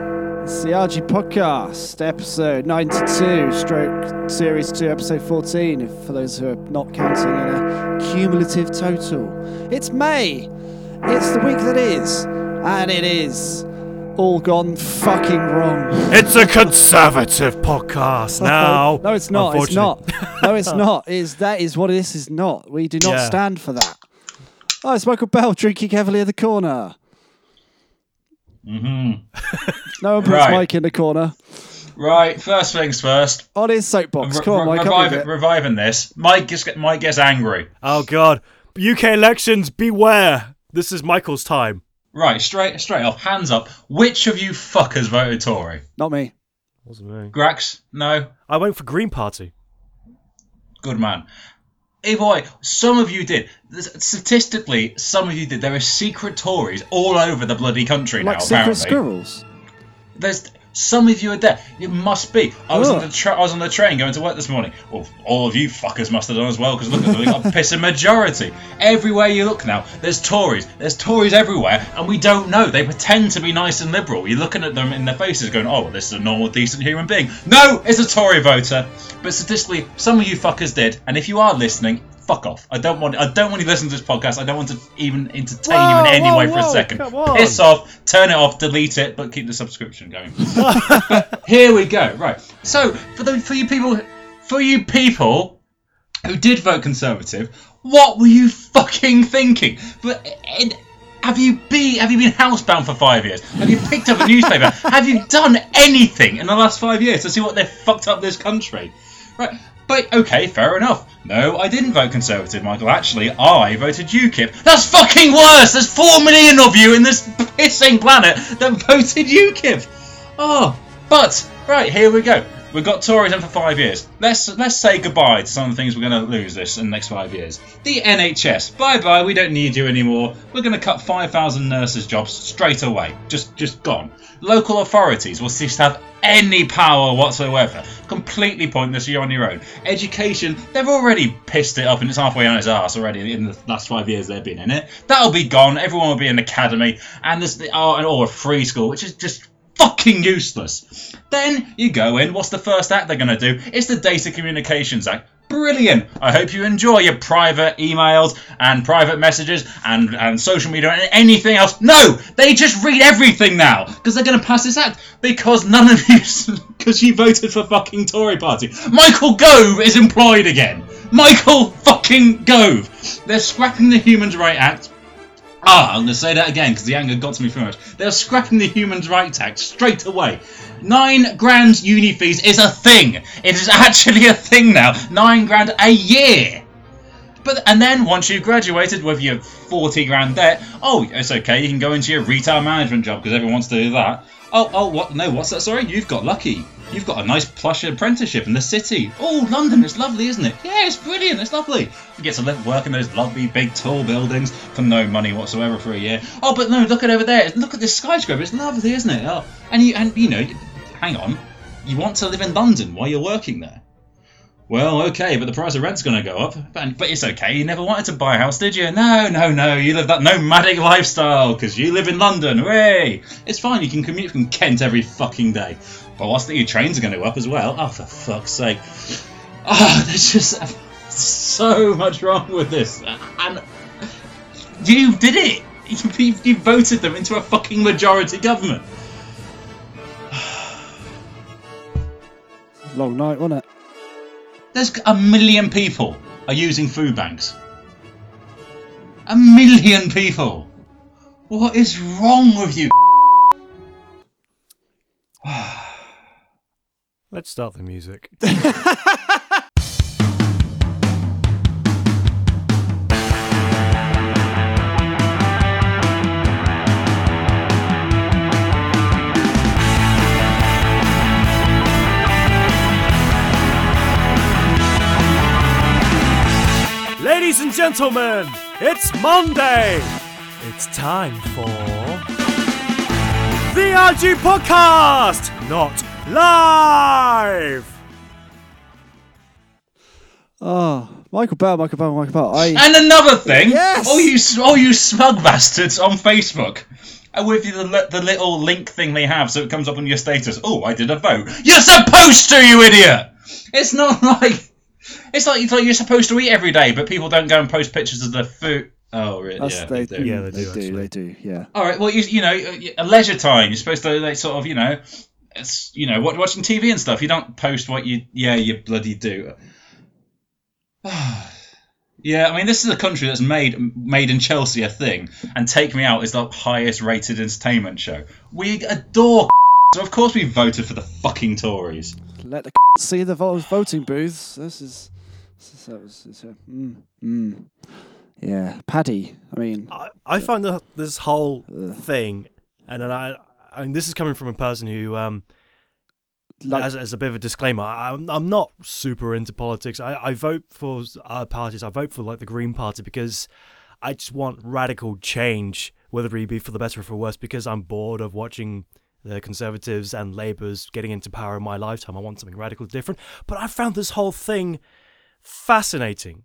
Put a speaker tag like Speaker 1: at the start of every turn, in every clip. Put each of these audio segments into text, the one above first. Speaker 1: the RG Podcast, episode 92, stroke series 2, episode 14, if, for those who are not counting in a cumulative total. It's May, it's the week that is, and it is all gone fucking wrong.
Speaker 2: It's a conservative podcast now.
Speaker 1: no, it's not, it's not.
Speaker 2: unfortunately.
Speaker 1: No, it's not. Is That is what this is not. We do not
Speaker 2: Yeah.
Speaker 1: stand for that. Oh, it's Michael Bell drinking heavily in the corner. Mm-hmm. no one puts
Speaker 3: Right.
Speaker 1: Mike in the corner.
Speaker 3: Right, first things first.
Speaker 1: On his soapbox.
Speaker 3: Re-
Speaker 1: Come on,
Speaker 3: re-
Speaker 1: Mike.
Speaker 3: revive-
Speaker 1: Up with it.
Speaker 3: reviving this. Mike gets Mike gets angry.
Speaker 2: Oh god, UK elections, beware! This is Michael's time.
Speaker 3: Right, straight straight off, hands up. Which of you fuckers voted Tory?
Speaker 1: Not me.
Speaker 2: Wasn't me.
Speaker 3: Grax? No.
Speaker 2: I went for Green Party.
Speaker 3: Good man. Hey boy, some of you did. There's- Statistically, some of you did. There are secret Tories all over the bloody country
Speaker 1: Like
Speaker 3: now.
Speaker 1: secret
Speaker 3: apparently,
Speaker 1: squirrels.
Speaker 3: there's some of you are there. You must be. I was on
Speaker 1: Ugh.
Speaker 3: the tra- I was on the train going to work this morning. Well, all of you fuckers must have done as well because look at them. They got a pissing majority everywhere you look now. There's Tories. There's Tories everywhere, and we don't know. They pretend to be nice and liberal. You're looking at them in their faces, going, "Oh, well, this is a normal, decent human being." No, it's a Tory voter. But statistically, some of you fuckers did. And if you are listening. Fuck off! I don't want. I don't want you to listen to this podcast. I don't want to even entertain you in
Speaker 2: Whoa,
Speaker 3: any
Speaker 2: whoa,
Speaker 3: way for a
Speaker 2: whoa,
Speaker 3: second.
Speaker 2: come on.
Speaker 3: Piss off, turn it off, delete it, but keep the subscription going. but here we go. Right. So for the for you people for you people who did vote Conservative, what were you fucking thinking? But and have you be have you been housebound for five years? Have you picked up a newspaper? have you done anything in the last five years to see what they've fucked up this country? Right. But okay, fair enough. No, I didn't vote Conservative, Michael. Actually, I voted UKIP. That's fucking worse. There's four million of you in this pissing planet that voted UKIP. Oh, but right here we go. We've got Tories in for five years. Let's let's say goodbye to some of the things we're going to lose this in the next five years. The NHS. Bye bye. We don't need you anymore. We're going to cut five thousand nurses' jobs straight away. Just just gone. Local authorities will cease to have any power whatsoever. Completely pointless. You're on your own. Education. They've already pissed it up and it's halfway on its ass already in the last five years they've been in it. That'll be gone. Everyone will be in academy and this oh, and or a free school, which is just fucking useless. Then you go in, what's the first act they're going to do? It's the Data Communications Act. Brilliant! I hope you enjoy your private emails and private messages and, and social media and anything else. No! They just read everything now because they're going to pass this act because none of you, because you voted for fucking Tory party. Michael Gove is employed again. Michael fucking Gove! They're scrapping the Human Rights Act. Ah, I'm going to say that again because the anger got to me very much. They're scrapping the Human Rights Act straight away. Nine grand uni fees is a thing. It is actually a thing now. Nine grand a year. But and then once you've graduated with your forty grand debt, oh, it's okay. You can go into your retail management job because everyone wants to do that. Oh, oh, what? No, what's that? Sorry, you've got lucky. You've got a nice plush apprenticeship in the city. Oh, London, it's lovely, isn't it? Yeah, it's brilliant. It's lovely. You get to live, work in those lovely big tall buildings for no money whatsoever for a year. Oh, but no, look at over there. Look at this skyscraper. It's lovely, isn't it? Oh, and you and you know, you- hang on. You want to live in London while you're working there. Well, okay, but the price of rent's going to go up. But, but it's okay. You never wanted to buy a house, did you? No, no, no. You live that nomadic lifestyle because you live in London. Hooray! It's fine. You can commute from Kent every fucking day. But what's that? Your trains are going to go up as well. Oh, for fuck's sake! Ah, there's just so much wrong with this. And you did it. You, you voted them into a fucking majority government.
Speaker 1: Long night, wasn't it?
Speaker 3: There's a million people are using food banks. A million people. What is wrong with you?
Speaker 2: Let's start the music. Ladies and gentlemen, it's Monday. It's time for the RG Podcast, not live.
Speaker 1: Oh, Michael Bell, Michael Bell, Michael Bell. I,
Speaker 3: And another thing.
Speaker 1: Yes.
Speaker 3: All you, all you smug bastards on Facebook. and with the, li- the little link thing they have, so it comes up on your status. Oh, I did a vote. You're supposed to, you idiot. It's not like it's like it's like you're supposed to eat every day, but people don't go and post pictures of their food. Oh, really?
Speaker 1: That's
Speaker 3: Yeah,
Speaker 1: they,
Speaker 3: they
Speaker 1: do.
Speaker 3: do.
Speaker 2: Yeah, they do,
Speaker 1: They do.
Speaker 2: actually.
Speaker 1: They do. Yeah.
Speaker 3: All right. Well, you, you know, a leisure time. You're supposed to like sort of, you know, it's you know, wa- watching TV and stuff. You don't post what you. Yeah, you bloody do. yeah, I mean, this is a country that's made made in Chelsea a thing, and Take Me Out is the highest rated entertainment show. We adore. So of course we voted for the fucking Tories.
Speaker 1: Let the see the vo- voting booths. This is. This is, that was, this is- mm, mm. Yeah, Paddy. I mean,
Speaker 2: I, I find the, this whole thing, and then I, I mean, this is coming from a person who, um,
Speaker 1: like,
Speaker 2: as, as a bit of a disclaimer, I, I'm, I'm not super into politics. I, I vote for our parties. I vote for like the Green Party because I just want radical change, whether it be for the better or for worse. Because I'm bored of watching the Conservatives and Labour's getting into power in my lifetime. I want something radical different. But I found this whole thing fascinating,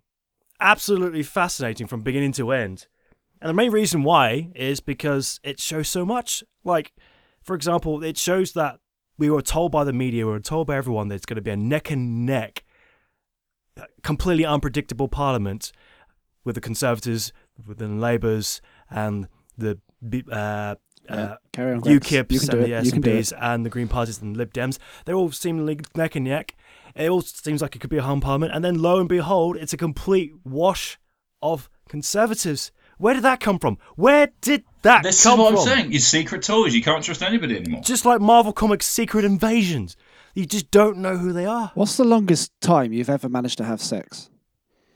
Speaker 2: absolutely fascinating from beginning to end. And the main reason why is because it shows so much. Like, for example, it shows that we were told by the media, we were told by everyone that it's going to be a neck and neck, uh, completely unpredictable parliament with the Conservatives, with the Labours, and the B- uh,
Speaker 1: yeah,
Speaker 2: uh,
Speaker 1: carry on. Greggs. You
Speaker 2: UKIPs
Speaker 1: can do
Speaker 2: and the
Speaker 1: it. You can do it.
Speaker 2: SNPs and the Green Parties and Lib Dems. They're all seemingly neck and neck. It all seems like it could be a home parliament. And then lo and behold, it's a complete wash of Conservatives. Where did that come from? Where did that
Speaker 3: This is
Speaker 2: come
Speaker 3: what
Speaker 2: from?
Speaker 3: I'm saying. Your secret Tories. You can't trust anybody anymore.
Speaker 2: Just like Marvel Comics Secret Invasions. You just don't know who they are.
Speaker 1: What's the longest time you've ever managed to have sex?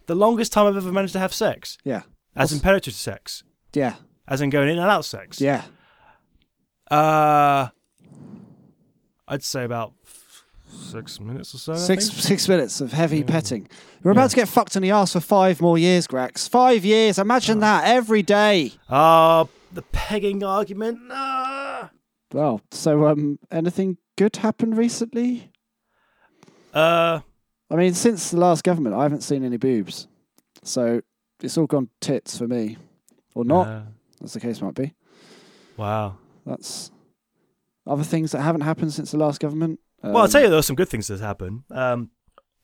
Speaker 2: The longest time I've ever managed to have sex,
Speaker 1: Yeah.
Speaker 2: as in penetrative sex,
Speaker 1: Yeah.
Speaker 2: as in going in and out sex.
Speaker 1: Yeah.
Speaker 2: Uh, I'd say about f- six minutes or so. I
Speaker 1: Six
Speaker 2: think.
Speaker 1: six minutes of heavy petting. We're about to get fucked in the ass for five more years, Grax. Five years. Imagine
Speaker 2: Ah.
Speaker 1: that every day.
Speaker 2: Uh, the pegging argument. Ah.
Speaker 1: Well, so um, anything good happened recently?
Speaker 2: Uh,
Speaker 1: I mean, since the last government, I haven't seen any boobs, so it's all gone tits for me, or not,
Speaker 2: uh,
Speaker 1: as the case might be.
Speaker 2: wow.
Speaker 1: That's other things that haven't happened since the last government.
Speaker 2: Well, I'll
Speaker 1: Um,
Speaker 2: tell you, there were some good things that happened. Um,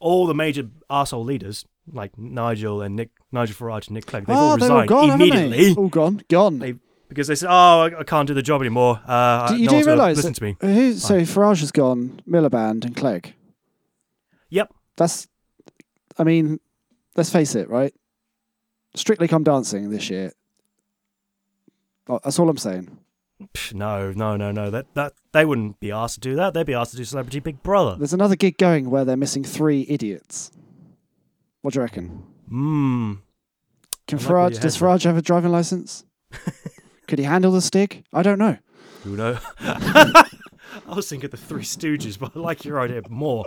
Speaker 2: all the major arsehole leaders, like Nigel and Nick, Nigel Farage and Nick Clegg, they've
Speaker 1: oh,
Speaker 2: all
Speaker 1: they're all
Speaker 2: resigned
Speaker 1: gone, haven't they? Oh.
Speaker 2: immediately
Speaker 1: All gone, gone.
Speaker 2: They- because they said, "Oh, I- I can't do the job anymore." Uh,
Speaker 1: do, you
Speaker 2: no
Speaker 1: do
Speaker 2: one's gonna
Speaker 1: realise?
Speaker 2: Listen
Speaker 1: that-
Speaker 2: to me.
Speaker 1: Who, so Farage has gone, Miliband and Clegg.
Speaker 2: Yep.
Speaker 1: That's, I mean, let's face it, right? Strictly Come Dancing this year. Oh, that's all I'm saying.
Speaker 2: Pff, no, no, no, no. That that they wouldn't be asked to do that. They'd be asked to do Celebrity Big Brother.
Speaker 1: There's another gig going where they're missing three idiots. What do you reckon?
Speaker 2: Hmm.
Speaker 1: Can
Speaker 2: I like where
Speaker 1: Farage,
Speaker 2: your
Speaker 1: does
Speaker 2: head's at.
Speaker 1: Farage have a driving license? Could he handle the stick? I don't know.
Speaker 2: Who knows? I was thinking the Three Stooges, but I like your idea more.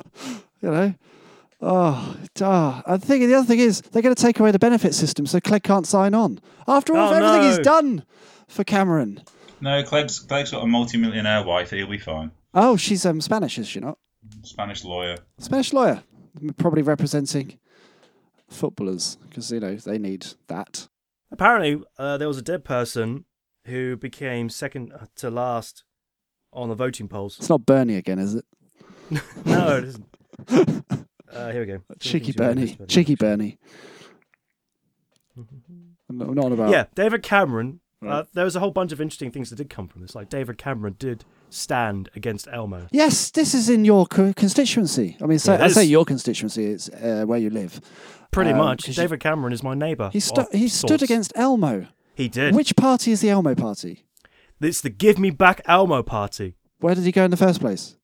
Speaker 1: You know. Oh, ah. I think the other thing is they're going to take away the benefit system, so Clegg can't sign on. After all,
Speaker 2: Oh,
Speaker 1: everything he's
Speaker 2: no.
Speaker 1: done for Cameron.
Speaker 3: No, Clegg's, Clegg's got a multi-millionaire wife. He'll be fine.
Speaker 1: Oh, she's um, Spanish, is she not?
Speaker 3: Spanish lawyer.
Speaker 1: Spanish lawyer, probably representing footballers because you know they need that.
Speaker 2: Apparently, uh, there was a dead person who became second uh, to last on the voting polls.
Speaker 1: It's not Bernie again, is it?
Speaker 2: No, it isn't. Uh, here we go.
Speaker 1: Cheeky Bernie, cheeky Bernie. I'm not I'm not on about.
Speaker 2: Yeah, David Cameron. Uh,
Speaker 1: Right.
Speaker 2: there was a whole bunch of interesting things that did come from this. Like David Cameron did stand against Elmo.
Speaker 1: Yes, this is in your co- constituency. I mean, so,
Speaker 2: It
Speaker 1: I say
Speaker 2: is.
Speaker 1: your constituency. It's uh, where you live.
Speaker 2: Pretty
Speaker 1: Um,
Speaker 2: much,
Speaker 1: 'cause you-
Speaker 2: David Cameron is my neighbour.
Speaker 1: He, stu-
Speaker 2: of
Speaker 1: he stood
Speaker 2: sorts.
Speaker 1: against Elmo.
Speaker 2: He did.
Speaker 1: Which party is the Elmo party?
Speaker 2: It's the Give Me Back Elmo party.
Speaker 1: Where did he go in the first place?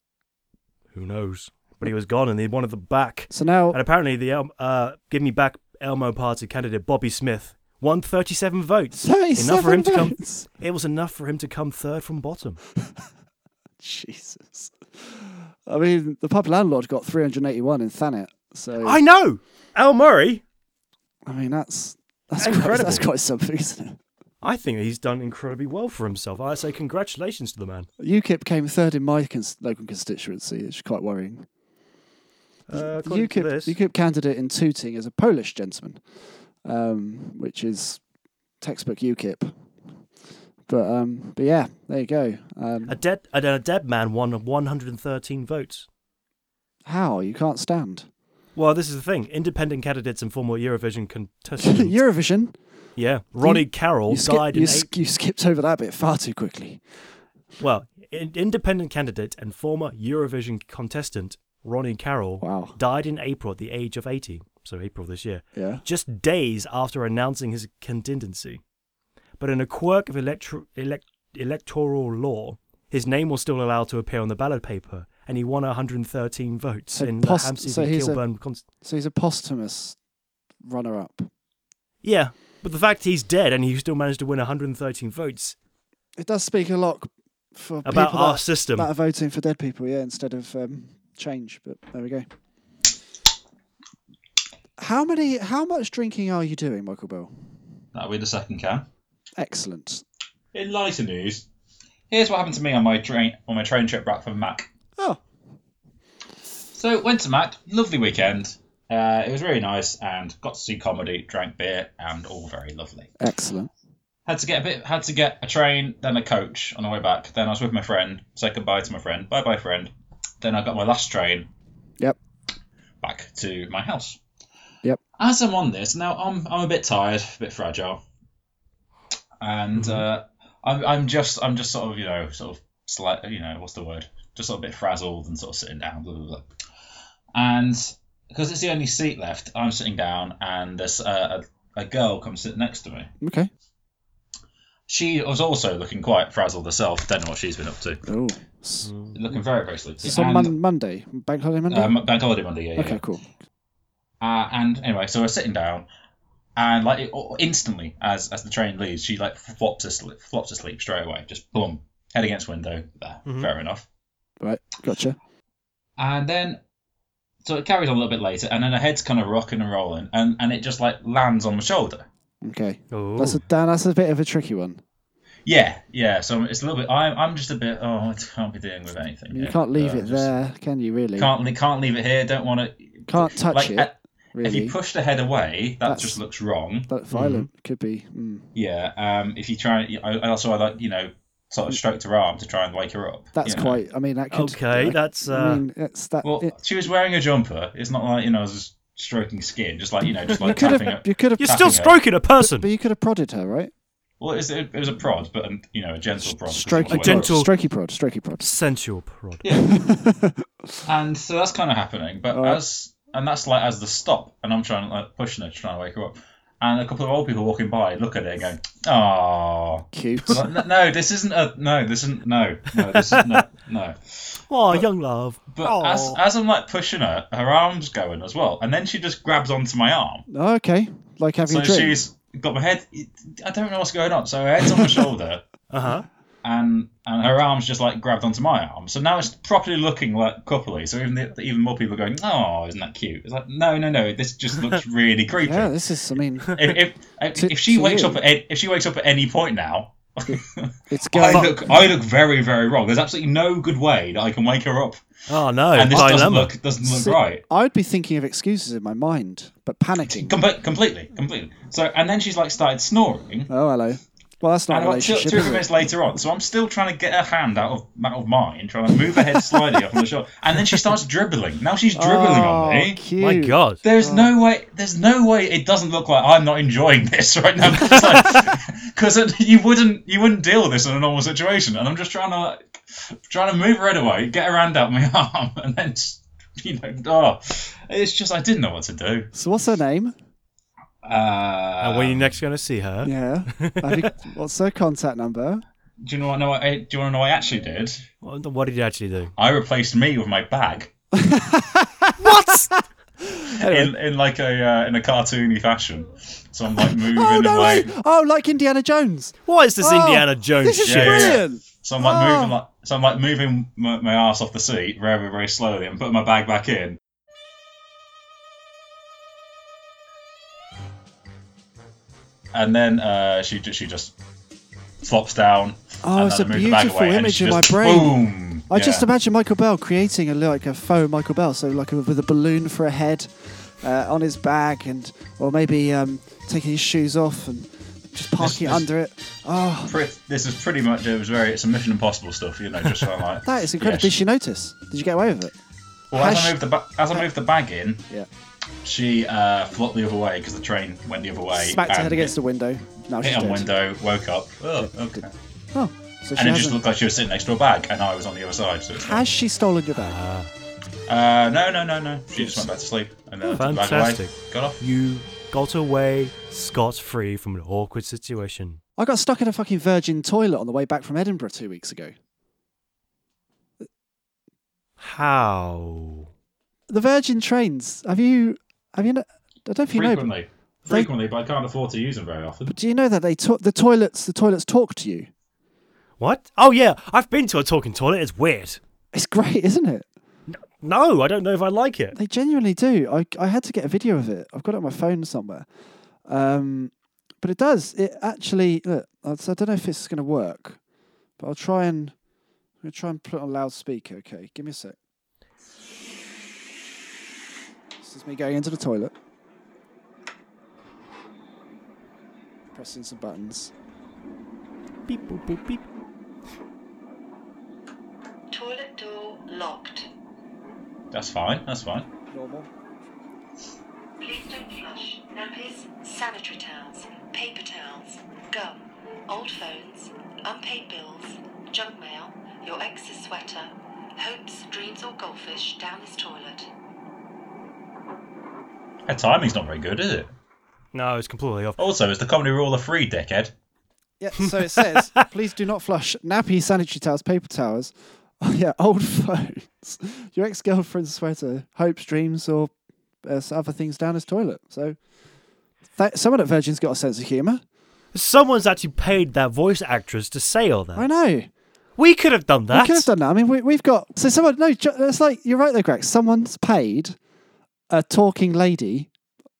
Speaker 2: Who knows? But he was gone, and he wanted the back.
Speaker 1: So now,
Speaker 2: And apparently, the El- uh, Give Me Back Elmo Party candidate Bobby Smith won 37 votes. enough
Speaker 1: 37
Speaker 2: for him to come.
Speaker 1: votes.
Speaker 2: It was enough for him to come third from bottom.
Speaker 1: Jesus. I mean, the pub landlord got 381 in Thanet. So
Speaker 2: I know. Al Murray.
Speaker 1: I mean, that's that's quite,
Speaker 2: Incredible.
Speaker 1: that's quite something, isn't it?
Speaker 2: I think he's done incredibly well for himself. I say congratulations to the man.
Speaker 1: UKIP came third in my cons- local constituency, which is quite worrying.
Speaker 2: Uh,
Speaker 1: The
Speaker 2: according to
Speaker 1: UKIP,
Speaker 2: this-
Speaker 1: UKIP candidate in Tooting is a Polish gentleman, um, which is textbook UKIP. But um, but yeah, there you go. Um,
Speaker 2: A dead a, a dead man won 113 votes.
Speaker 1: how you can't stand
Speaker 2: Well, this is the thing. Independent candidates and former Eurovision contestants.
Speaker 1: Eurovision?
Speaker 2: yeah, Ronnie Carroll
Speaker 1: You, skip-
Speaker 2: died
Speaker 1: you,
Speaker 2: in
Speaker 1: sk-
Speaker 2: eight,
Speaker 1: you skipped over that bit far too quickly.
Speaker 2: well, in, independent candidate and former Eurovision contestant Ronnie Carroll
Speaker 1: Wow.
Speaker 2: died in April at the age of 80, so April this year.
Speaker 1: Yeah.
Speaker 2: just days after announcing his contingency. But in a quirk of electro- elect- electoral law, his name was still allowed to appear on the ballot paper, and he won 113 votes
Speaker 1: So
Speaker 2: in
Speaker 1: post-
Speaker 2: the Hampstead
Speaker 1: so
Speaker 2: and
Speaker 1: he's a-
Speaker 2: Kilburn. Const-
Speaker 1: So he's a posthumous runner-up.
Speaker 2: yeah, but the fact he's dead and he still managed to win 113 votes
Speaker 1: It does speak a lot for
Speaker 2: about
Speaker 1: people
Speaker 2: our
Speaker 1: that,
Speaker 2: system.
Speaker 1: that are voting for dead people, yeah, instead of um, change. But there we go. How many? How much drinking are you doing, Michael Bell?
Speaker 3: That'll be the second can.
Speaker 1: Excellent.
Speaker 3: In lighter news, here's what happened to me on my train on my train trip back from Mac.
Speaker 1: Oh,
Speaker 3: So went to Mac, lovely weekend. Uh, it was really nice and got to see comedy, drank beer, and all very lovely.
Speaker 1: excellent.
Speaker 3: Had to get a bit, had to get a train, then a coach on the way back. Then I was with my friend, said goodbye to my friend, bye bye friend. Then I got my last train
Speaker 1: Yep.
Speaker 3: back to my house.
Speaker 1: Yep.
Speaker 3: As I'm on this now, I'm I'm a bit tired, a bit fragile, and
Speaker 1: Mm-hmm.
Speaker 3: uh, I'm I'm just I'm just sort of you know sort of slight you know what's the word just sort of a bit frazzled and sort of sitting down blah blah blah, and because it's the only seat left, I'm sitting down and there's uh, a a girl comes sit next to me.
Speaker 1: Okay.
Speaker 3: She was also looking quite frazzled herself. Don't know what she's been up to.
Speaker 1: Oh, it's
Speaker 3: Looking very very sleepy.
Speaker 1: on Mon- Monday, bank holiday Monday.
Speaker 3: um, bank holiday Mm. Monday. Yeah, yeah.
Speaker 1: okay, cool.
Speaker 3: Uh, and anyway, so we're sitting down, and like it, oh, instantly, as as the train leaves, she like flops asleep, flops asleep straight away. Just boom, head against window. There,
Speaker 1: Mm-hmm.
Speaker 3: fair enough.
Speaker 1: Right, gotcha.
Speaker 3: And then, so it carries on a little bit later, and then her head's kind of rocking and rolling, and and it just like lands on my shoulder.
Speaker 1: Okay,
Speaker 2: oh,
Speaker 1: that's a Dan, that's a bit of a tricky one.
Speaker 3: Yeah, yeah. So it's a little bit. I'm I'm just a bit. Oh, I can't be dealing with anything.
Speaker 1: You
Speaker 3: here.
Speaker 1: can't leave
Speaker 3: Uh,
Speaker 1: it
Speaker 3: just-
Speaker 1: there, can you? Really?
Speaker 3: Can't le- can't leave it here. Don't want to.
Speaker 1: Can't touch it. really.
Speaker 3: If you Mm-hmm. push the head away, that
Speaker 1: That's-
Speaker 3: just looks wrong.
Speaker 1: That violent could be. Mm.
Speaker 3: Yeah. Um. If you try, I I also I like you know sort of stroked her arm to try and wake her up.
Speaker 1: That's
Speaker 3: you know.
Speaker 1: quite. I mean, that could.
Speaker 2: Okay,
Speaker 1: that-
Speaker 2: that's,
Speaker 1: I
Speaker 2: uh,
Speaker 1: mean, that's that.
Speaker 3: Well,
Speaker 1: it-
Speaker 3: she was wearing a jumper. It's not like you know I was just stroking skin, just like you know, just
Speaker 1: you
Speaker 3: like
Speaker 1: could
Speaker 3: tapping
Speaker 1: have.
Speaker 3: it.
Speaker 1: You could have.
Speaker 2: You're still
Speaker 3: Tapping it.
Speaker 2: stroking a person.
Speaker 1: But you could have prodded her, right?
Speaker 3: Well, it's, it, it was a prod, but um, you know a gentle prod. 'cause she
Speaker 1: Strokey
Speaker 3: was
Speaker 2: A
Speaker 1: prod.
Speaker 3: wearing-
Speaker 2: gentle-
Speaker 1: Strokey prod. Strokey prod.
Speaker 2: Sensual prod.
Speaker 3: And so that's kind of happening, but
Speaker 1: Alright.
Speaker 3: as and that's like as the stop, and I'm trying to like pushing her, trying to wake her up, and a couple of old people walking by look at it and going, "Ah."
Speaker 1: Cute.
Speaker 3: no, this isn't a no. This isn't no. No, this is no. No.
Speaker 2: Oh, young love.
Speaker 3: But
Speaker 2: oh.
Speaker 3: as, as I'm like pushing her, her arm's going as well, and then she just grabs onto my arm.
Speaker 1: Oh, okay. Like having
Speaker 3: So
Speaker 1: a drink.
Speaker 3: she's got my head. I don't know what's going on. So her head's on my shoulder,
Speaker 2: uh-huh.
Speaker 3: and and her arm's just like grabbed onto my arm. So now it's properly looking like coupley. So even the, even more people are going, oh, isn't that cute? It's like no, no, no. This just looks really creepy.
Speaker 1: Yeah, this is. I mean,
Speaker 3: If if,
Speaker 1: To-
Speaker 3: if she
Speaker 1: to
Speaker 3: wakes
Speaker 1: you.
Speaker 3: up at any- if she wakes up at any point now.
Speaker 1: it's
Speaker 3: I
Speaker 1: going.
Speaker 3: look, I look very, very wrong. There's absolutely no good way that I can wake her up,
Speaker 2: Oh no,
Speaker 3: and this doesn't
Speaker 2: dilemma.
Speaker 3: look doesn't look
Speaker 1: See,
Speaker 3: right.
Speaker 1: I'd be thinking of excuses in my mind, but panicking.
Speaker 3: Comple- completely, completely. So, and then she's like started snoring,
Speaker 1: Oh, hello. Well, that's not
Speaker 3: and
Speaker 1: a
Speaker 3: about two,
Speaker 1: relationship.
Speaker 3: two
Speaker 1: is it?
Speaker 3: minutes later on, so I'm still trying to get her hand out of out of mine, trying to move her head slightly up on the shoulder, and then she starts dribbling. Now she's dribbling
Speaker 1: Oh,
Speaker 3: on me.
Speaker 1: cute.
Speaker 2: My God.
Speaker 3: There's no way. There's no way. It doesn't look like I'm not enjoying this right now, because you wouldn't you wouldn't deal with this in a normal situation. And I'm just trying to trying to move her head away, get her hand out my arm, and then just, you know, oh, it's just I didn't know what to do.
Speaker 1: So what's her name?
Speaker 3: Uh,
Speaker 2: and when you next going to see her?
Speaker 1: Yeah. Have you- what's her contact number?
Speaker 3: Do you know what? No, I, do you want to know what I actually did?
Speaker 2: What what did you actually do?
Speaker 3: I replaced me with my bag in, in like a uh, in a cartoony fashion. So I'm like moving
Speaker 1: Oh no
Speaker 3: away.
Speaker 1: way! Oh, like Indiana Jones.
Speaker 2: What is this
Speaker 1: Oh,
Speaker 2: Indiana Jones
Speaker 1: This is
Speaker 2: shit?
Speaker 3: yeah, yeah.
Speaker 1: brilliant.
Speaker 3: So I'm like
Speaker 1: Oh.
Speaker 3: moving like so I'm like moving my, my ass off the seat very very slowly and putting my bag back in. And then uh, she ju- she just flops down.
Speaker 1: Oh,
Speaker 3: and
Speaker 1: it's
Speaker 3: then
Speaker 1: a
Speaker 3: I move the bag
Speaker 1: beautiful
Speaker 3: away, and
Speaker 1: image
Speaker 3: she
Speaker 1: in my
Speaker 3: just-
Speaker 1: brain.
Speaker 3: Boom.
Speaker 1: I just
Speaker 3: Yeah.
Speaker 1: imagine Michael Bell creating a like a faux Michael Bell, so like a, with a balloon for a head uh, on his back, and or maybe um, taking his shoes off and Just parking it
Speaker 3: This- this-
Speaker 1: under it. Oh,
Speaker 3: Pretty, this is pretty much it was very it's some Mission Impossible stuff, you know, just so I'm like
Speaker 1: that is incredible. Did
Speaker 3: yes.
Speaker 1: she notice? Did you get away with it?
Speaker 3: Well, as
Speaker 1: Hash-
Speaker 3: I moved the ba- as I moved the bag in,
Speaker 1: Yeah.
Speaker 3: she uh, flopped the other way because the train went the other way.
Speaker 1: Smacked her
Speaker 3: and
Speaker 1: head against the window. Now
Speaker 3: hit
Speaker 1: she's
Speaker 3: a
Speaker 1: dead.
Speaker 3: window, woke up. Oh, okay.
Speaker 1: Oh, so she
Speaker 3: And it just
Speaker 1: hasn't.
Speaker 3: looked like she was sitting next to a bag, and I was on the other side. So it's
Speaker 1: Has she stolen your bag?
Speaker 3: Uh, no, no, no, no. She just went back to sleep and then took the bag away,
Speaker 2: Fantastic.
Speaker 3: got off.
Speaker 2: You got away scot free from an awkward situation.
Speaker 1: I got stuck in a fucking virgin toilet on the way back from Edinburgh two weeks ago.
Speaker 2: How?
Speaker 1: The Virgin trains. Have you? Have you? kn- I don't know if you know.
Speaker 3: Frequently, frequently, but I can't afford to use them very often.
Speaker 1: But do you know that they talk? The toilets. The toilets talk to you.
Speaker 2: What? Oh yeah, I've been to a talking toilet. It's weird.
Speaker 1: It's great, isn't it?
Speaker 2: No, I don't know if I like it.
Speaker 1: They genuinely do. I I had to get a video of it. I've got it on my phone somewhere. Um, but it does. It actually. Look, I I don't know if it's going to work, but I'll try and. I'm gonna try and put it on loudspeaker. Okay, give me a sec. This is me going into the toilet, pressing some buttons.
Speaker 2: Beep, boop, boop, beep.
Speaker 4: Toilet door locked.
Speaker 3: That's fine. That's fine.
Speaker 1: Normal.
Speaker 4: Please don't flush. Nappies, sanitary towels, paper towels, gum, old phones, unpaid bills, junk mail, your ex's sweater, hopes, dreams, or goldfish down this toilet.
Speaker 3: Her timing's not very good, is it?
Speaker 2: No, it's completely off.
Speaker 3: Also, it's the comedy rule of three, dickhead.
Speaker 1: Yeah, so it says, please do not flush nappy, sanitary towels, paper towels, oh, yeah, old phones, your ex girlfriend's sweater, hopes, dreams, or uh, s- other things down his toilet. So that, someone at Virgin's got a sense of humour.
Speaker 2: Someone's actually paid that voice actress to say all that.
Speaker 1: I know.
Speaker 2: We could have done that.
Speaker 1: We could have done that. I mean, we, we've got. So someone. No, ju- it's like. You're right, though, Greg. Someone's paid a talking lady,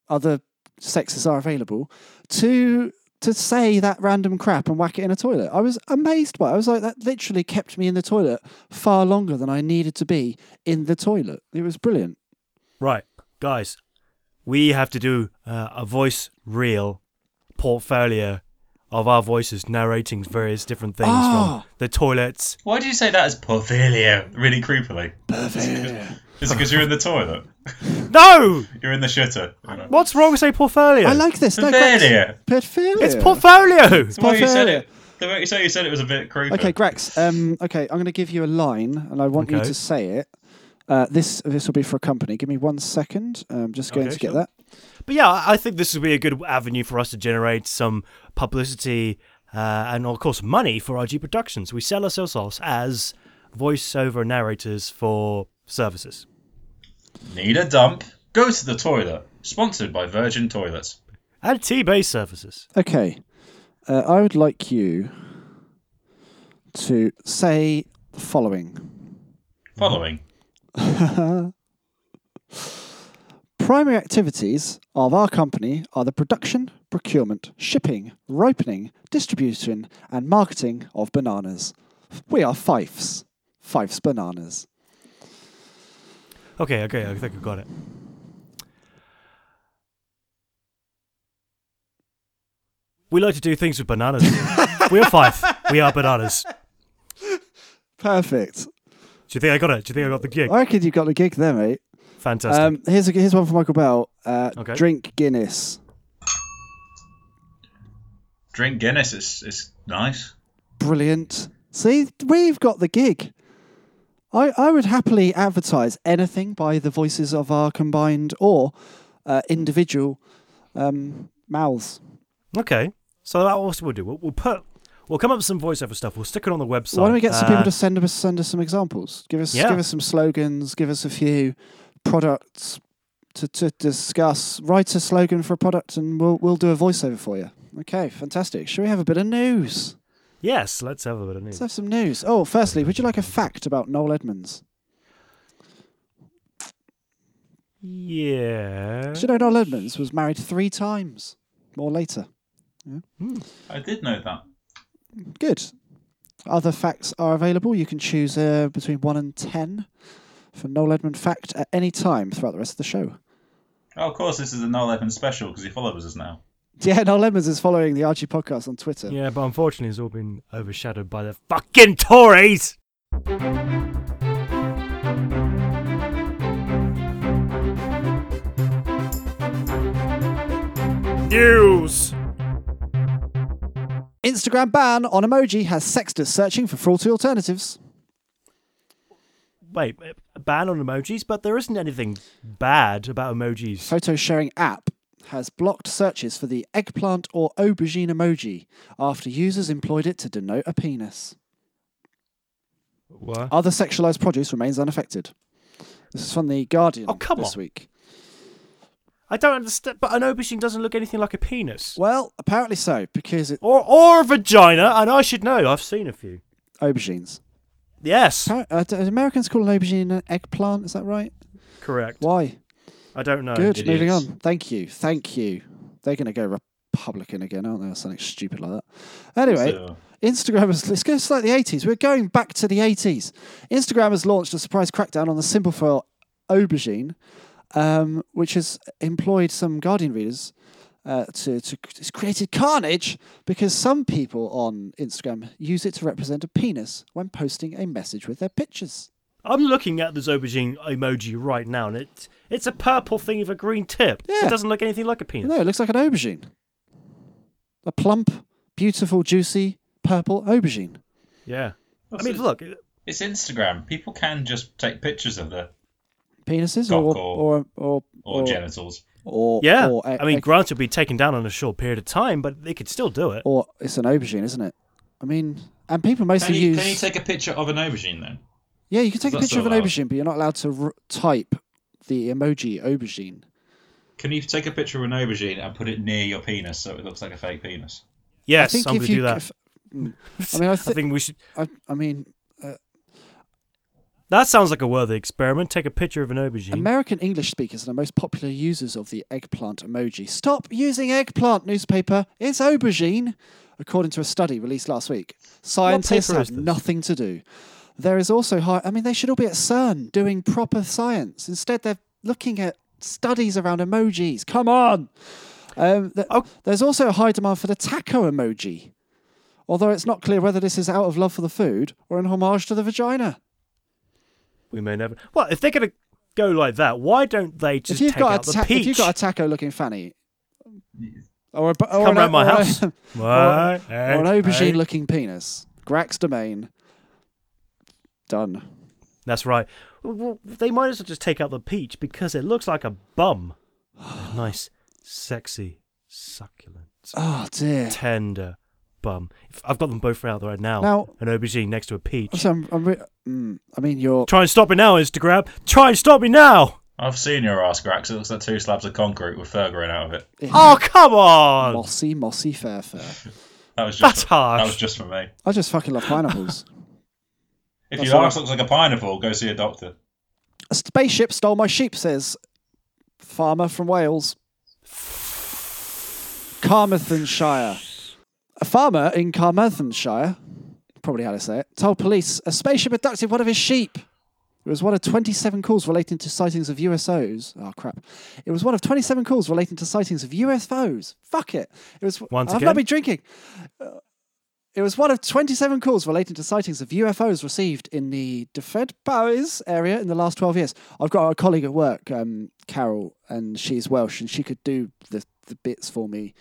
Speaker 1: other sexes are available, to to say that random crap and whack it in a toilet. I was amazed by it. I was like, that literally kept me in the toilet far longer than I needed to be in the toilet. It was brilliant.
Speaker 2: Right, guys, we have to do uh, a voice reel portfolio of our voices narrating various different things
Speaker 1: Oh.
Speaker 2: from the toilets.
Speaker 3: Why do you say that as portfolio? Really creepily. Is it because you're in the toilet?
Speaker 2: No!
Speaker 3: You're in the shitter.
Speaker 2: What's wrong with say portfolio?
Speaker 1: I like this. No, Grex.
Speaker 3: Portfolio.
Speaker 1: Portfolio.
Speaker 2: It's portfolio!
Speaker 3: The way you said
Speaker 1: portfolio.
Speaker 3: it. The way you said you said it was a bit creepy.
Speaker 1: Okay, Grex. Um, okay, I'm going to give you a line, and I want you
Speaker 2: Okay.
Speaker 1: to say it. Uh, this this will be for a company. Give me one second. I'm just going
Speaker 2: Okay,
Speaker 1: to get
Speaker 2: sure.
Speaker 1: that.
Speaker 2: But yeah, I I think this would be a good avenue for us to generate some publicity uh, and, of course, money for RG Productions. We sell ourselves off as voiceover narrators for services.
Speaker 3: Need a dump? Go to the toilet. Sponsored by Virgin Toilets.
Speaker 2: And T-Base services.
Speaker 1: Okay, uh, I would like you to say the following:
Speaker 3: Following.
Speaker 1: primary activities of our company are the production, procurement, shipping, ripening, distribution, and marketing of bananas. We are Fifes. Fifes Bananas.
Speaker 2: Okay, okay, I think I've got it. We like to do things with bananas. we are five. We are bananas. Do
Speaker 1: Perfect.
Speaker 2: you think I got it? Do you think I got the gig?
Speaker 1: I reckon you've got the gig there, mate.
Speaker 2: Fantastic.
Speaker 1: Um, here's a, here's one for Michael Bell. Uh,
Speaker 2: Okay.
Speaker 1: Drink Guinness.
Speaker 3: Drink Guinness. It's it's nice.
Speaker 1: Brilliant. See, we've got the gig. I I would happily advertise anything by the voices of our combined or uh, individual um, mouths.
Speaker 2: okay. So that also we'll do. We'll, we'll put. We'll come up with some voiceover stuff. We'll stick it on the website.
Speaker 1: Why don't we get some
Speaker 2: Uh,
Speaker 1: people to send us send us some examples? Give us
Speaker 2: Yeah.
Speaker 1: give us some slogans. Give us a few products to, to discuss. Write a slogan for a product, and we'll we'll do a voiceover for you. Okay, fantastic. Should we have a bit of news?
Speaker 2: Uh, Yes, let's have a bit of
Speaker 1: Let's
Speaker 2: news.
Speaker 1: have some news. Oh, firstly, would you like a fact about Noel Edmonds?
Speaker 2: yeah.
Speaker 1: Did you know Noel Edmonds was married three times? More later.
Speaker 3: I did know that.
Speaker 1: Good. Other facts are available. You can choose uh, between one and ten for Noel Edmonds fact at any time throughout the rest of the show.
Speaker 3: Oh, of course, this is the Noel Evans special because he follows us now.
Speaker 1: Yeah, no lemons is following the Archie podcast on Twitter.
Speaker 2: Yeah, but unfortunately, it's all been overshadowed by the fucking Tories. News.
Speaker 1: Instagram ban on emoji has sexters searching for fraughty alternatives.
Speaker 2: Wait, a ban on emojis, but there isn't anything bad about emojis.
Speaker 1: Photo sharing app has blocked searches for the eggplant or aubergine emoji after users employed it to denote a penis.
Speaker 2: What?
Speaker 1: Other sexualized produce remains unaffected. This is from the Guardian
Speaker 2: Oh, come
Speaker 1: this
Speaker 2: on.
Speaker 1: week.
Speaker 2: I don't understand. But an aubergine doesn't look anything like a penis,
Speaker 1: Well, apparently so because it
Speaker 2: or or a vagina, and I should know. I've seen a few.
Speaker 1: aubergines.
Speaker 2: Yes,
Speaker 1: Appar- Uh, do Americans call an aubergine an eggplant. Is that right?
Speaker 2: correct.
Speaker 1: Why?
Speaker 2: I don't know.
Speaker 1: Good.
Speaker 3: it
Speaker 1: Moving
Speaker 3: is.
Speaker 1: on. Thank you. Thank you. They're going to go Republican again, aren't they? Or something stupid like that. Anyway,
Speaker 3: So-
Speaker 1: Instagram has. Let's go to like the 80s. We're going back to the 80s. Instagram has launched a surprise crackdown on the symbol for aubergine, um, which has employed some Guardian readers. Uh, to, to it's created carnage because some people on Instagram use it to represent a penis when posting a message with their pictures.
Speaker 2: I'm looking at this aubergine emoji right now, and it it's a purple thing with a green tip.
Speaker 1: Yeah.
Speaker 2: It doesn't look anything like a penis.
Speaker 1: No, it looks like an aubergine. A plump, beautiful, juicy, purple aubergine.
Speaker 2: Yeah. I
Speaker 3: What's
Speaker 2: mean,
Speaker 3: it-
Speaker 2: look,
Speaker 3: It's Instagram. People can just take pictures of their
Speaker 1: Penises
Speaker 3: Cock
Speaker 1: or
Speaker 3: or-
Speaker 1: or or
Speaker 3: or genitals.
Speaker 1: or
Speaker 2: yeah.
Speaker 1: Or,
Speaker 2: I mean,
Speaker 1: egg-
Speaker 2: granted, it'll be taken down in a short period of time, but they could still do it.
Speaker 1: or it's an aubergine, isn't it? I mean, and people mostly
Speaker 3: Can you,
Speaker 1: use.
Speaker 3: can you take a picture of an aubergine then?
Speaker 1: yeah, you can take a
Speaker 3: Is that
Speaker 1: picture of an
Speaker 3: still allowed?
Speaker 1: aubergine, but you're not allowed to r- type the emoji aubergine.
Speaker 3: Can you take a picture of an aubergine and put it near your penis so it looks like a fake penis?
Speaker 2: Yes,
Speaker 1: I think
Speaker 2: I'm
Speaker 1: if
Speaker 2: going to
Speaker 1: you.
Speaker 2: do that.
Speaker 1: if- mm. I mean, I,
Speaker 2: I
Speaker 1: thi-
Speaker 2: think we should.
Speaker 1: I, I mean,
Speaker 2: That sounds like a worthy experiment. Take a picture of an aubergine.
Speaker 1: American English speakers are the most popular users of the eggplant emoji. Stop using eggplant, newspaper. It's aubergine, according to a study released last week. Scientists
Speaker 2: paper
Speaker 1: have
Speaker 2: is this?
Speaker 1: nothing to do. There is also high. I mean, they should all be at CERN doing proper science. Instead, they're looking at studies around emojis. Come on. Um, th-
Speaker 2: Oh.
Speaker 1: There's also a high demand for the taco emoji, although it's not clear whether this is out of love for the food or in homage to the vagina.
Speaker 2: we may never. Well, if they're going to go like that, why don't they just
Speaker 1: if you've
Speaker 2: take
Speaker 1: got
Speaker 2: out
Speaker 1: a
Speaker 2: the
Speaker 1: ta- if
Speaker 2: peach?
Speaker 1: you've got a taco looking fanny, or a, bu- or
Speaker 2: Come
Speaker 1: an,
Speaker 2: round my
Speaker 1: or a-
Speaker 2: house.
Speaker 1: or,
Speaker 2: Why?
Speaker 1: or an
Speaker 2: Hey, hey.
Speaker 1: aubergine looking penis, Grax domain, done.
Speaker 2: That's right. Well, well, they might as well just take out the peach because it looks like a bum. nice, sexy, succulent,
Speaker 1: Oh dear.
Speaker 2: tender bum. If- I've got them both right out there right now.
Speaker 1: Now-
Speaker 2: An aubergine next to a peach.
Speaker 1: Also, I'm, I'm re- mm, I mean, you're
Speaker 2: Try and stop me now, Instagram. Try and stop me now.
Speaker 3: I've seen your ass cracks. It looks like two slabs of concrete with fur growing out of it.
Speaker 2: Oh, come on.
Speaker 1: mossy, mossy, fair, fair.
Speaker 3: That was just
Speaker 2: That's
Speaker 3: for, That was
Speaker 2: harsh.
Speaker 3: just for me.
Speaker 1: I just fucking love pineapples.
Speaker 3: If
Speaker 1: That's
Speaker 3: your
Speaker 1: all
Speaker 3: ass looks like a pineapple, go see a doctor.
Speaker 1: a spaceship stole my sheep, says farmer from Wales. Carmarthenshire. A farmer in Carmarthenshire, probably how to say it, told police a spaceship abducted one of his sheep. It was one of 27 calls relating to sightings of USOs. Oh, crap. It was one of 27 calls relating to sightings of UFOs. Fuck it. It was.
Speaker 2: Once
Speaker 1: I've
Speaker 2: again?
Speaker 1: not been drinking. Uh, It was one of 27 calls relating to sightings of UFOs received in the Defed Powers area in the last 12 years. I've got a colleague at work, um, Carol, and she's Welsh, and she could do the, the bits for me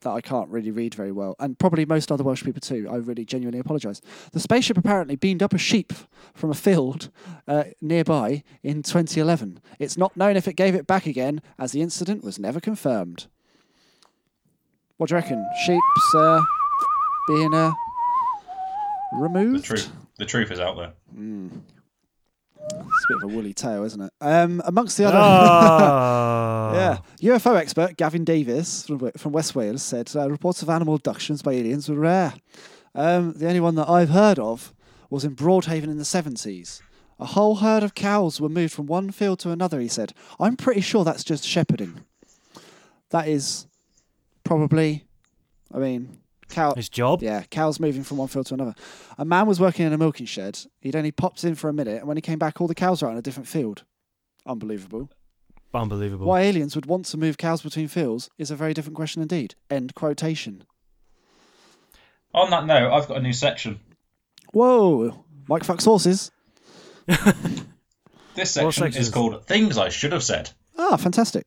Speaker 1: that I can't really read very well, and probably most other Welsh people too. I really genuinely apologise. The spaceship apparently beamed up a sheep from a field uh, nearby in 2011. It's not known if it gave it back again, as the incident was never confirmed. What do you reckon? Sheep's uh, being uh,
Speaker 3: The
Speaker 1: removed?
Speaker 3: truth, the truth is out there.
Speaker 1: It's a bit of a woolly tail, isn't it? Um, amongst the other.
Speaker 2: Ah.
Speaker 1: Yeah. UFO expert Gavin Davis from, from West Wales said uh, reports of animal abductions by aliens were rare. Um, the only one that I've heard of was in Broadhaven in the 70s. A whole herd of cows were moved from one field to another, he said. I'm pretty sure that's just shepherding. That is probably, I mean, cow.
Speaker 2: His job.
Speaker 1: Yeah, cows moving from one field to another. A man was working in a milking shed. He'd only popped in for a minute, and when he came back, all the cows were out in a different field. Unbelievable.
Speaker 2: Unbelievable.
Speaker 1: Why aliens would want to move cows between fields is a very different question indeed. End quotation.
Speaker 3: On that note, I've got a new section.
Speaker 1: Whoa. Mike fucks horses.
Speaker 3: This
Speaker 2: What
Speaker 3: section
Speaker 2: section
Speaker 3: is
Speaker 2: is-
Speaker 3: called "Things I Should Have Said."
Speaker 1: Ah, fantastic.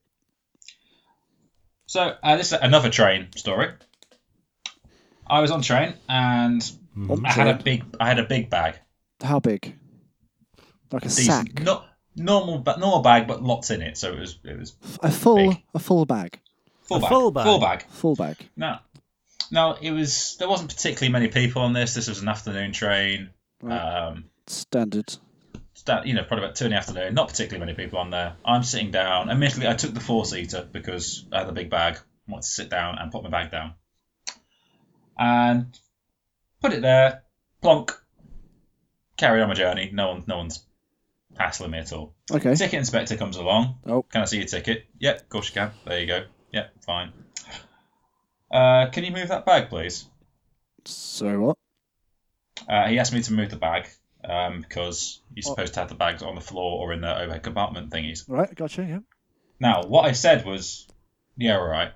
Speaker 3: So uh, this is another train story. I was on train and
Speaker 2: Hmm,
Speaker 3: I had a big I had a big bag.
Speaker 1: How big? Like a
Speaker 3: Decent,
Speaker 1: sack.
Speaker 3: not normal but normal bag, but lots in it. So it was it was
Speaker 1: a full
Speaker 3: big.
Speaker 1: a full bag.
Speaker 3: full
Speaker 2: A
Speaker 3: bag.
Speaker 2: full bag.
Speaker 3: Full bag.
Speaker 1: Full bag.
Speaker 3: No, no, it was there wasn't particularly many people on this. This was an afternoon train. Um,
Speaker 1: Standard.
Speaker 3: that you know probably about two in the afternoon. Not particularly many people on there. I'm sitting down. Admittedly, I took the four seater because I had the big bag. I wanted to sit down and put my bag down, and put it there. Plonk. Carried on my journey. No one, no one's hassling me at all.
Speaker 1: Okay.
Speaker 3: Ticket inspector comes along.
Speaker 1: Oh.
Speaker 3: Can I see your ticket? Yep, of course you can. There you go. Yep, fine. Uh, can you move that bag, please?
Speaker 1: So what?
Speaker 3: Uh, he asked me to move the bag um, because you're supposed to have the bags on the floor or in the overhead compartment thingies.
Speaker 1: Right, gotcha, yeah.
Speaker 3: Now, what I said was, yeah, all right.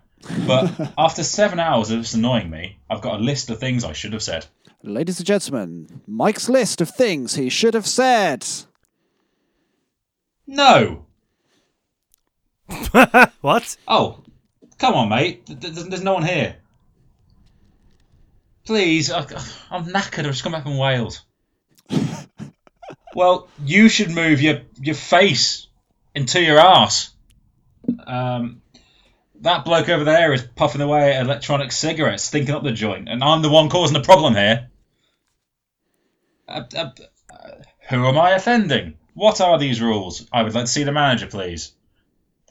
Speaker 3: But after seven hours of this annoying me, I've got a list of things I should have said.
Speaker 1: Ladies and gentlemen, Mike's list of things he should have said.
Speaker 3: No.
Speaker 2: what?
Speaker 3: Oh, come on, mate. Th- th- There's, there's no one here. Please, I, I'm knackered. I've just come back from Wales. well, you should move your your face into your arse. Um, that bloke over there is puffing away at electronic cigarettes, stinking up the joint, and I'm the one causing the problem here. Uh, uh, uh, who am I offending? What are these rules? I would like to see the manager, please.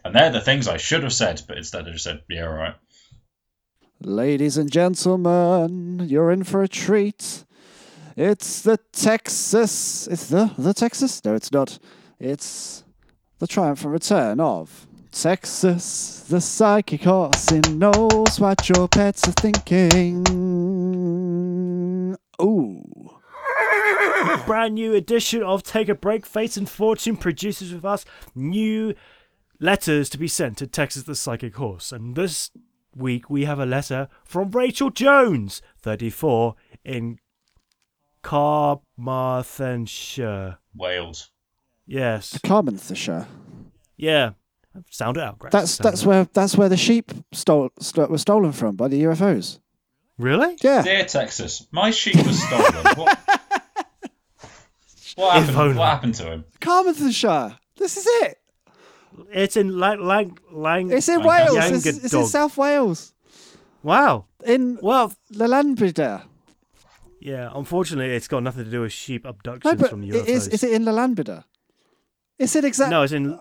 Speaker 3: And they're the things I should have said, but instead I just said, yeah, all right.
Speaker 1: Ladies and gentlemen, you're in for a treat. It's the Texas. It's the the Texas? No, it's not. It's the triumphant return of Texas, the psychic horse in knows what your pets are thinking. Ooh.
Speaker 2: Brand new edition of Take a Break. Fate and Fortune produces with us new letters to be sent to Texas the Psychic Horse. And this week we have a letter from Rachel Jones, 34, in Carmarthenshire.
Speaker 3: Wales.
Speaker 2: Yes.
Speaker 1: Carmarthenshire.
Speaker 2: Yeah. Sound it out, Greg.
Speaker 1: That's
Speaker 2: Sound it
Speaker 1: that's
Speaker 2: out.
Speaker 1: where that's where the sheep stole st- were stolen from by the UFOs.
Speaker 2: Really?
Speaker 1: Yeah.
Speaker 3: Dear Texas, my sheep was stolen. what, what,
Speaker 2: If only.
Speaker 3: happened, what happened to him?
Speaker 1: Carmarthenshire. This is it.
Speaker 2: It's in Lang Lang Lang.
Speaker 1: It's in
Speaker 3: Like a
Speaker 1: Wales. It's,
Speaker 2: Yankee
Speaker 1: it's in
Speaker 2: dog.
Speaker 1: South Wales.
Speaker 2: wow.
Speaker 1: In
Speaker 2: Well,
Speaker 1: the land breeder.
Speaker 2: yeah. Unfortunately, it's got nothing to do with sheep abductions
Speaker 1: No, but
Speaker 2: from
Speaker 1: it
Speaker 2: UFOs.
Speaker 1: is, is it in the land breeder? Is it exactly?
Speaker 2: no, it's in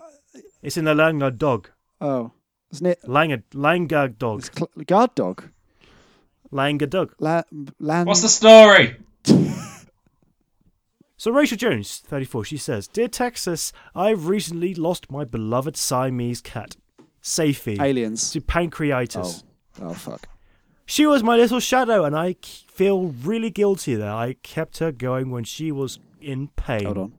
Speaker 2: it's in the Langard dog.
Speaker 1: Oh, isn't it?
Speaker 2: Langard Langard dog.
Speaker 1: It's cl- guard dog.
Speaker 2: Langard dog.
Speaker 1: La-
Speaker 2: Um,
Speaker 1: land.
Speaker 3: What's the story?
Speaker 2: So Rachel Jones, 34, she says, "Dear Texas, I've recently lost my beloved Siamese cat, Safie,
Speaker 1: aliens?
Speaker 2: to pancreatitis."
Speaker 1: Oh. oh, fuck.
Speaker 2: She was my little shadow, and I k- feel really guilty that I kept her going when she was in pain.
Speaker 1: Hold on.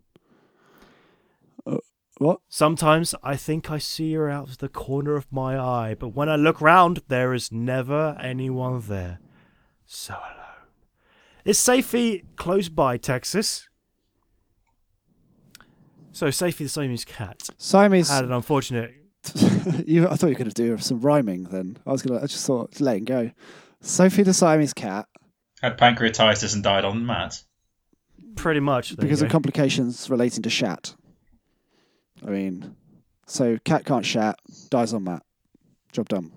Speaker 1: Uh, what?
Speaker 2: Sometimes I think I see her out of the corner of my eye, but when I look round, there is never anyone there. So alone. Is Safety close by, Texas? So Safety the Siamese cat
Speaker 1: Siamese.
Speaker 2: had an unfortunate.
Speaker 1: you, I thought you were going to do some rhyming. Then I was going to. I just thought letting go. Sophie the Siamese cat
Speaker 3: Had pancreatitis and died on Matt.
Speaker 2: Pretty much there you
Speaker 1: because of
Speaker 2: go.
Speaker 1: complications relating to shat. I mean, so cat can't shat, dies on mat. Job done.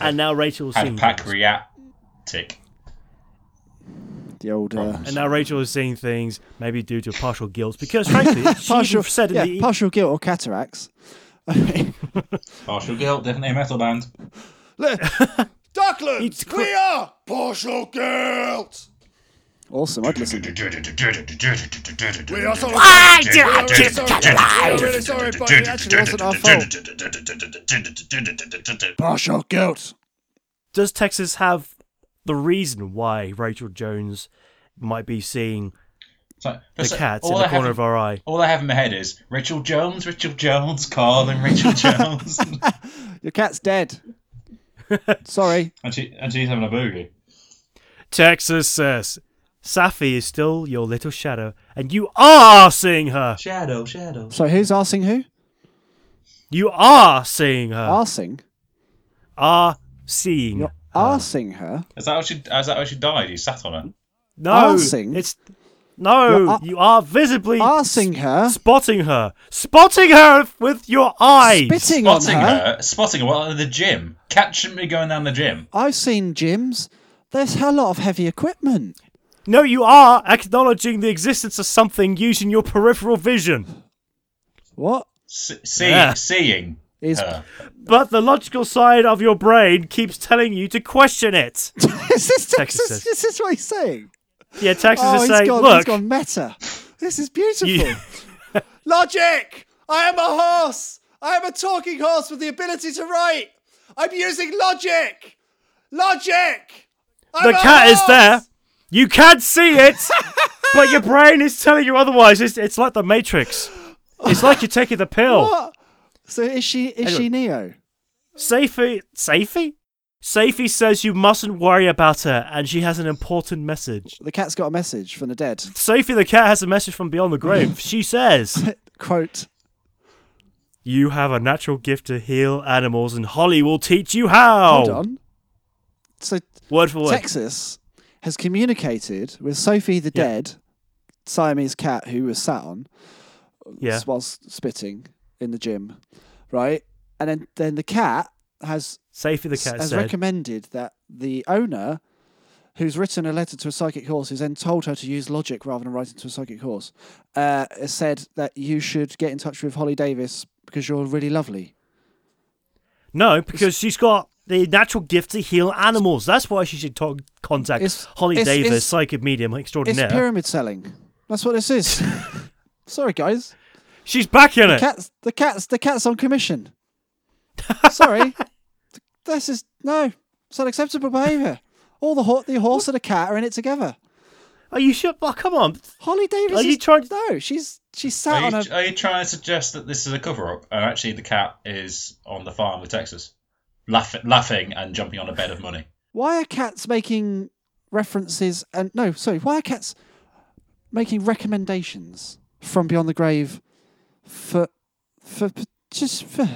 Speaker 2: and now Rachel
Speaker 3: Had
Speaker 2: seeing things.
Speaker 3: pancreatic.
Speaker 1: The old uh,
Speaker 2: and now Rachel is seeing things maybe due to partial guilt because frankly she even said in
Speaker 1: yeah,
Speaker 2: the e-
Speaker 1: partial guilt or cataracts. I mean,
Speaker 3: Partial guilt, definitely a metal band.
Speaker 1: look,
Speaker 2: It's
Speaker 1: Docklands,
Speaker 2: cr- we
Speaker 1: are partial guilt. Awesome, I'd listen.
Speaker 3: We
Speaker 1: are sorry.
Speaker 2: Ah,
Speaker 3: I
Speaker 1: just We're really sorry, buddy. Actually, it wasn't our fault. Partial guilt.
Speaker 2: does Texas have the reason why Rachel Jones might be seeing
Speaker 3: It's like,
Speaker 2: The
Speaker 3: that's it.
Speaker 2: cat's
Speaker 3: All
Speaker 2: in the
Speaker 3: I have
Speaker 2: corner
Speaker 3: in-
Speaker 2: of our eye.
Speaker 3: All I have in my head is Rachel Jones, Rachel Jones, calling Rachel Jones,
Speaker 1: Your cat's dead. Sorry.
Speaker 3: and she and she's having a boogie.
Speaker 2: Texas says, Safi is still your little shadow, and you are seeing her.
Speaker 3: Shadow, shadow.
Speaker 1: So who's arsing who?
Speaker 2: You are seeing her.
Speaker 1: Arsing?
Speaker 2: Are seeing.
Speaker 1: You're arsing her?
Speaker 3: Is that how she? Is that how she died? You sat on her.
Speaker 2: No,
Speaker 1: Arsing?
Speaker 2: it's no.
Speaker 1: You're ar-
Speaker 2: you are visibly
Speaker 1: Arsing her?
Speaker 2: spotting her, spotting her with your eyes.
Speaker 1: Spitting on
Speaker 3: Spotting
Speaker 1: her?
Speaker 3: her, spotting her. Well, at the gym, catching me going down the gym.
Speaker 1: I've seen gyms. There's a hell lot of heavy equipment.
Speaker 2: No, you are acknowledging the existence of something using your peripheral vision.
Speaker 1: What?
Speaker 3: S- see,
Speaker 2: Yeah.
Speaker 3: seeing
Speaker 1: Is
Speaker 3: her.
Speaker 2: But the logical side of your brain keeps telling you to question it.
Speaker 1: is this Texas?
Speaker 2: Texas says-
Speaker 1: Is this what he's saying?
Speaker 2: Yeah, Texas
Speaker 1: oh,
Speaker 2: is
Speaker 1: he's
Speaker 2: saying,
Speaker 1: gone,
Speaker 2: look,
Speaker 1: he's gone meta. This is beautiful.
Speaker 2: You-
Speaker 1: Logic! I am a horse! I am a talking horse with the ability to write! I'm using logic! Logic! I'm
Speaker 2: the
Speaker 1: a
Speaker 2: cat is
Speaker 1: horse!
Speaker 2: there. You can see it, but your brain is telling you otherwise. It's, it's like the Matrix. It's like you're taking the pill.
Speaker 1: What? So is she is
Speaker 2: Oh. Hang
Speaker 1: she Neo?
Speaker 2: Safi, Safi, Safi says you mustn't worry about her, and she has an important message.
Speaker 1: The cat's got a message from the dead.
Speaker 2: Safi the cat has a message from beyond the grave.
Speaker 1: Mm.
Speaker 2: She says.
Speaker 1: Quote
Speaker 2: You have a natural gift to heal animals, and Holly will teach you how.
Speaker 1: Hold on. So
Speaker 2: Word for word.
Speaker 1: Texas has communicated with Sophie the
Speaker 2: Yeah.
Speaker 1: dead, Siamese cat who was sat on
Speaker 2: yeah.
Speaker 1: whilst spitting in the gym, right? And then, then the cat has
Speaker 2: Safety the cat
Speaker 1: has
Speaker 2: said.
Speaker 1: recommended that the owner, who's written a letter to a psychic horse, who's then told her to use logic rather than writing to a psychic horse, uh, has said that you should get in touch with Holly Davis because you're really lovely.
Speaker 2: no, because she's got the natural gift to heal animals. That's why she should talk, contact
Speaker 1: It's-
Speaker 2: Holly
Speaker 1: it's-
Speaker 2: Davis,
Speaker 1: it's-
Speaker 2: psychic medium
Speaker 1: It's
Speaker 2: extraordinaire.
Speaker 1: pyramid selling. That's what this is. Sorry, guys.
Speaker 2: she's back in it.
Speaker 1: Cats. The cats. The cats on commission. Sorry. this is no. It's unacceptable behaviour. All the ho- the horse and the cat are in it together.
Speaker 2: Are you sure? Oh, come on.
Speaker 1: Holly Davis.
Speaker 2: Are you
Speaker 1: is-
Speaker 2: trying-
Speaker 1: No, she's she's sat
Speaker 3: Are
Speaker 1: on a.
Speaker 3: you, are you trying to suggest that this is a cover up and actually the cat is on the farm with Texas, laugh, laughing and jumping on a bed of money?
Speaker 1: Why are cats making references and no, sorry, why are cats making recommendations from Beyond the Grave for for p- just for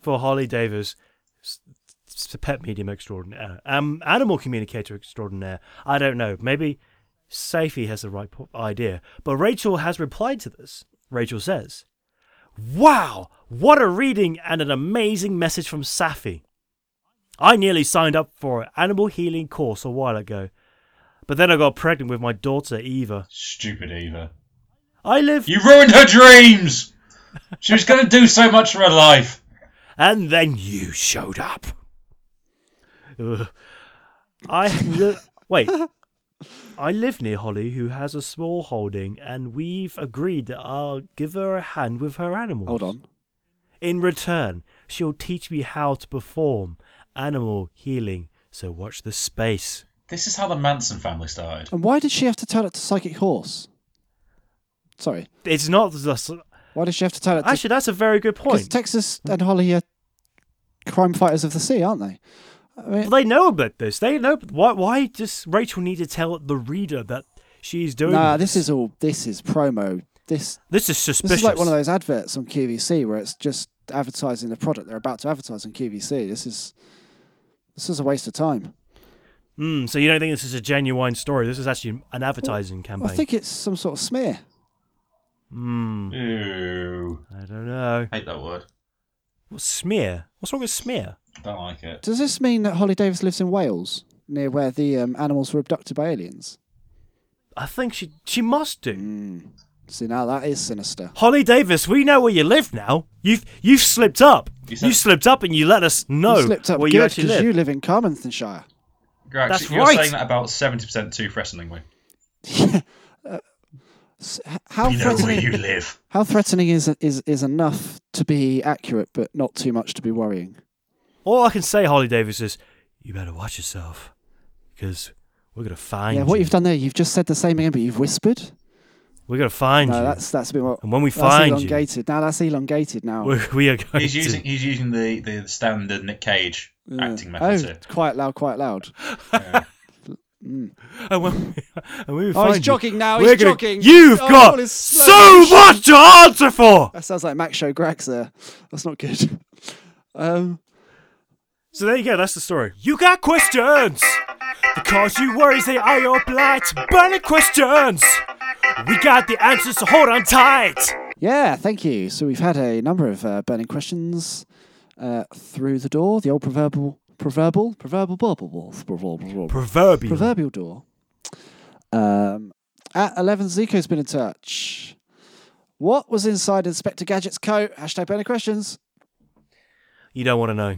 Speaker 2: For Holly Davis, s- s- pet medium extraordinaire. Um, animal communicator extraordinaire. I don't know. Maybe Safety has the right po- idea. But Rachel has replied to this. Rachel says, Wow, what a reading and an amazing message from Safi. I nearly signed up for an animal healing course a while ago, but then I got pregnant with my daughter Eva.
Speaker 3: Stupid Eva.
Speaker 2: I live,
Speaker 3: You ruined her dreams! She was going to do so much for her life.
Speaker 2: and then you showed up. Ugh. I li- wait. I live near Holly, who has a small holding, and we've agreed that I'll give her a hand with her animals.
Speaker 1: Hold on.
Speaker 2: In return, she'll teach me how to perform animal healing. So watch the space.
Speaker 3: This is how the Manson family started.
Speaker 1: And why did she have to tell it to Psychic Horse? Sorry.
Speaker 2: It's not just.
Speaker 1: Why did she have to tell it to
Speaker 2: Actually, that's a very good
Speaker 1: 'cause
Speaker 2: point.
Speaker 1: Texas and Holly are crime fighters of the sea, aren't they?
Speaker 2: Well, they know about this. They know. Why? Why does Rachel need to tell the reader that she's doing?
Speaker 1: Nah, this is all this is promo. This
Speaker 2: This is suspicious.
Speaker 1: This is like one of those adverts on QVC where it's just advertising the product they're about to advertise on QVC. This is this is a waste of time.
Speaker 2: Mm, so you don't think this is a genuine story? This is actually an advertising
Speaker 1: I
Speaker 2: campaign.
Speaker 1: think it's some sort of smear.
Speaker 2: Mm,
Speaker 3: Ew.
Speaker 2: I don't know.
Speaker 3: Hate that word.
Speaker 2: What's smear? What's wrong with smear?
Speaker 3: Don't like it.
Speaker 1: Does this mean that Holly Davis lives in Wales, near where the um, animals were abducted by aliens? Hmm.
Speaker 2: I think she she must do.
Speaker 1: See, now that is sinister.
Speaker 2: Holly Davis, we know where you live now. You've you've slipped up.
Speaker 3: You
Speaker 2: You,
Speaker 3: said-
Speaker 2: slipped up and you let us know
Speaker 1: you slipped up
Speaker 2: where
Speaker 1: good
Speaker 2: you actually
Speaker 1: 'cause
Speaker 2: live.
Speaker 1: you live in Carmarthenshire.
Speaker 3: You're, actually,
Speaker 2: That's
Speaker 3: you're
Speaker 2: right.
Speaker 3: saying that about 70% too threateningly.
Speaker 1: S- h- How
Speaker 3: You know where
Speaker 1: threatening?
Speaker 3: you live.
Speaker 1: How threatening is is is enough to be accurate, but not too much to be worrying?
Speaker 2: All I can say, Holly Davis, is you better watch yourself because We're gonna find.
Speaker 1: Yeah, what
Speaker 2: you.
Speaker 1: you've done there, you've just said the same again, but you've whispered.
Speaker 2: We're gonna find
Speaker 1: No,
Speaker 2: you.
Speaker 1: that's that's a bit more.
Speaker 2: And when we
Speaker 1: that's
Speaker 2: find you-
Speaker 1: elongated. Now that's elongated. Now
Speaker 2: We're, we are going
Speaker 3: He's
Speaker 2: to.
Speaker 3: using he's using the, the standard Nick Cage
Speaker 1: Yeah.
Speaker 3: acting method.
Speaker 1: Oh,
Speaker 3: here.
Speaker 1: quite loud, quite loud.
Speaker 2: and when we, and when we
Speaker 1: Oh,
Speaker 2: find
Speaker 1: he's
Speaker 2: you,
Speaker 1: jogging now.
Speaker 2: we're
Speaker 1: He's
Speaker 2: gonna-
Speaker 1: jogging.
Speaker 2: You've
Speaker 1: Oh, all
Speaker 2: got
Speaker 1: his
Speaker 2: so
Speaker 1: slow
Speaker 2: much to answer for.
Speaker 1: That sounds like Max Show Grax there. That's not good. Um,
Speaker 2: So there you go. That's the story. You got questions because you worries they are your blight. Burning questions. We got the answers, so hold on tight.
Speaker 1: yeah, thank you. So we've had a number of uh, burning questions uh, through the door, the old proverbial, proverbial, proverbial, proverbial, proverbial,
Speaker 2: Proverbial.
Speaker 1: proverbial door. Um, at 11, Zico's been in touch. What was inside Inspector Gadget's coat? Hashtag burning questions. Oh,
Speaker 2: you don't want to know.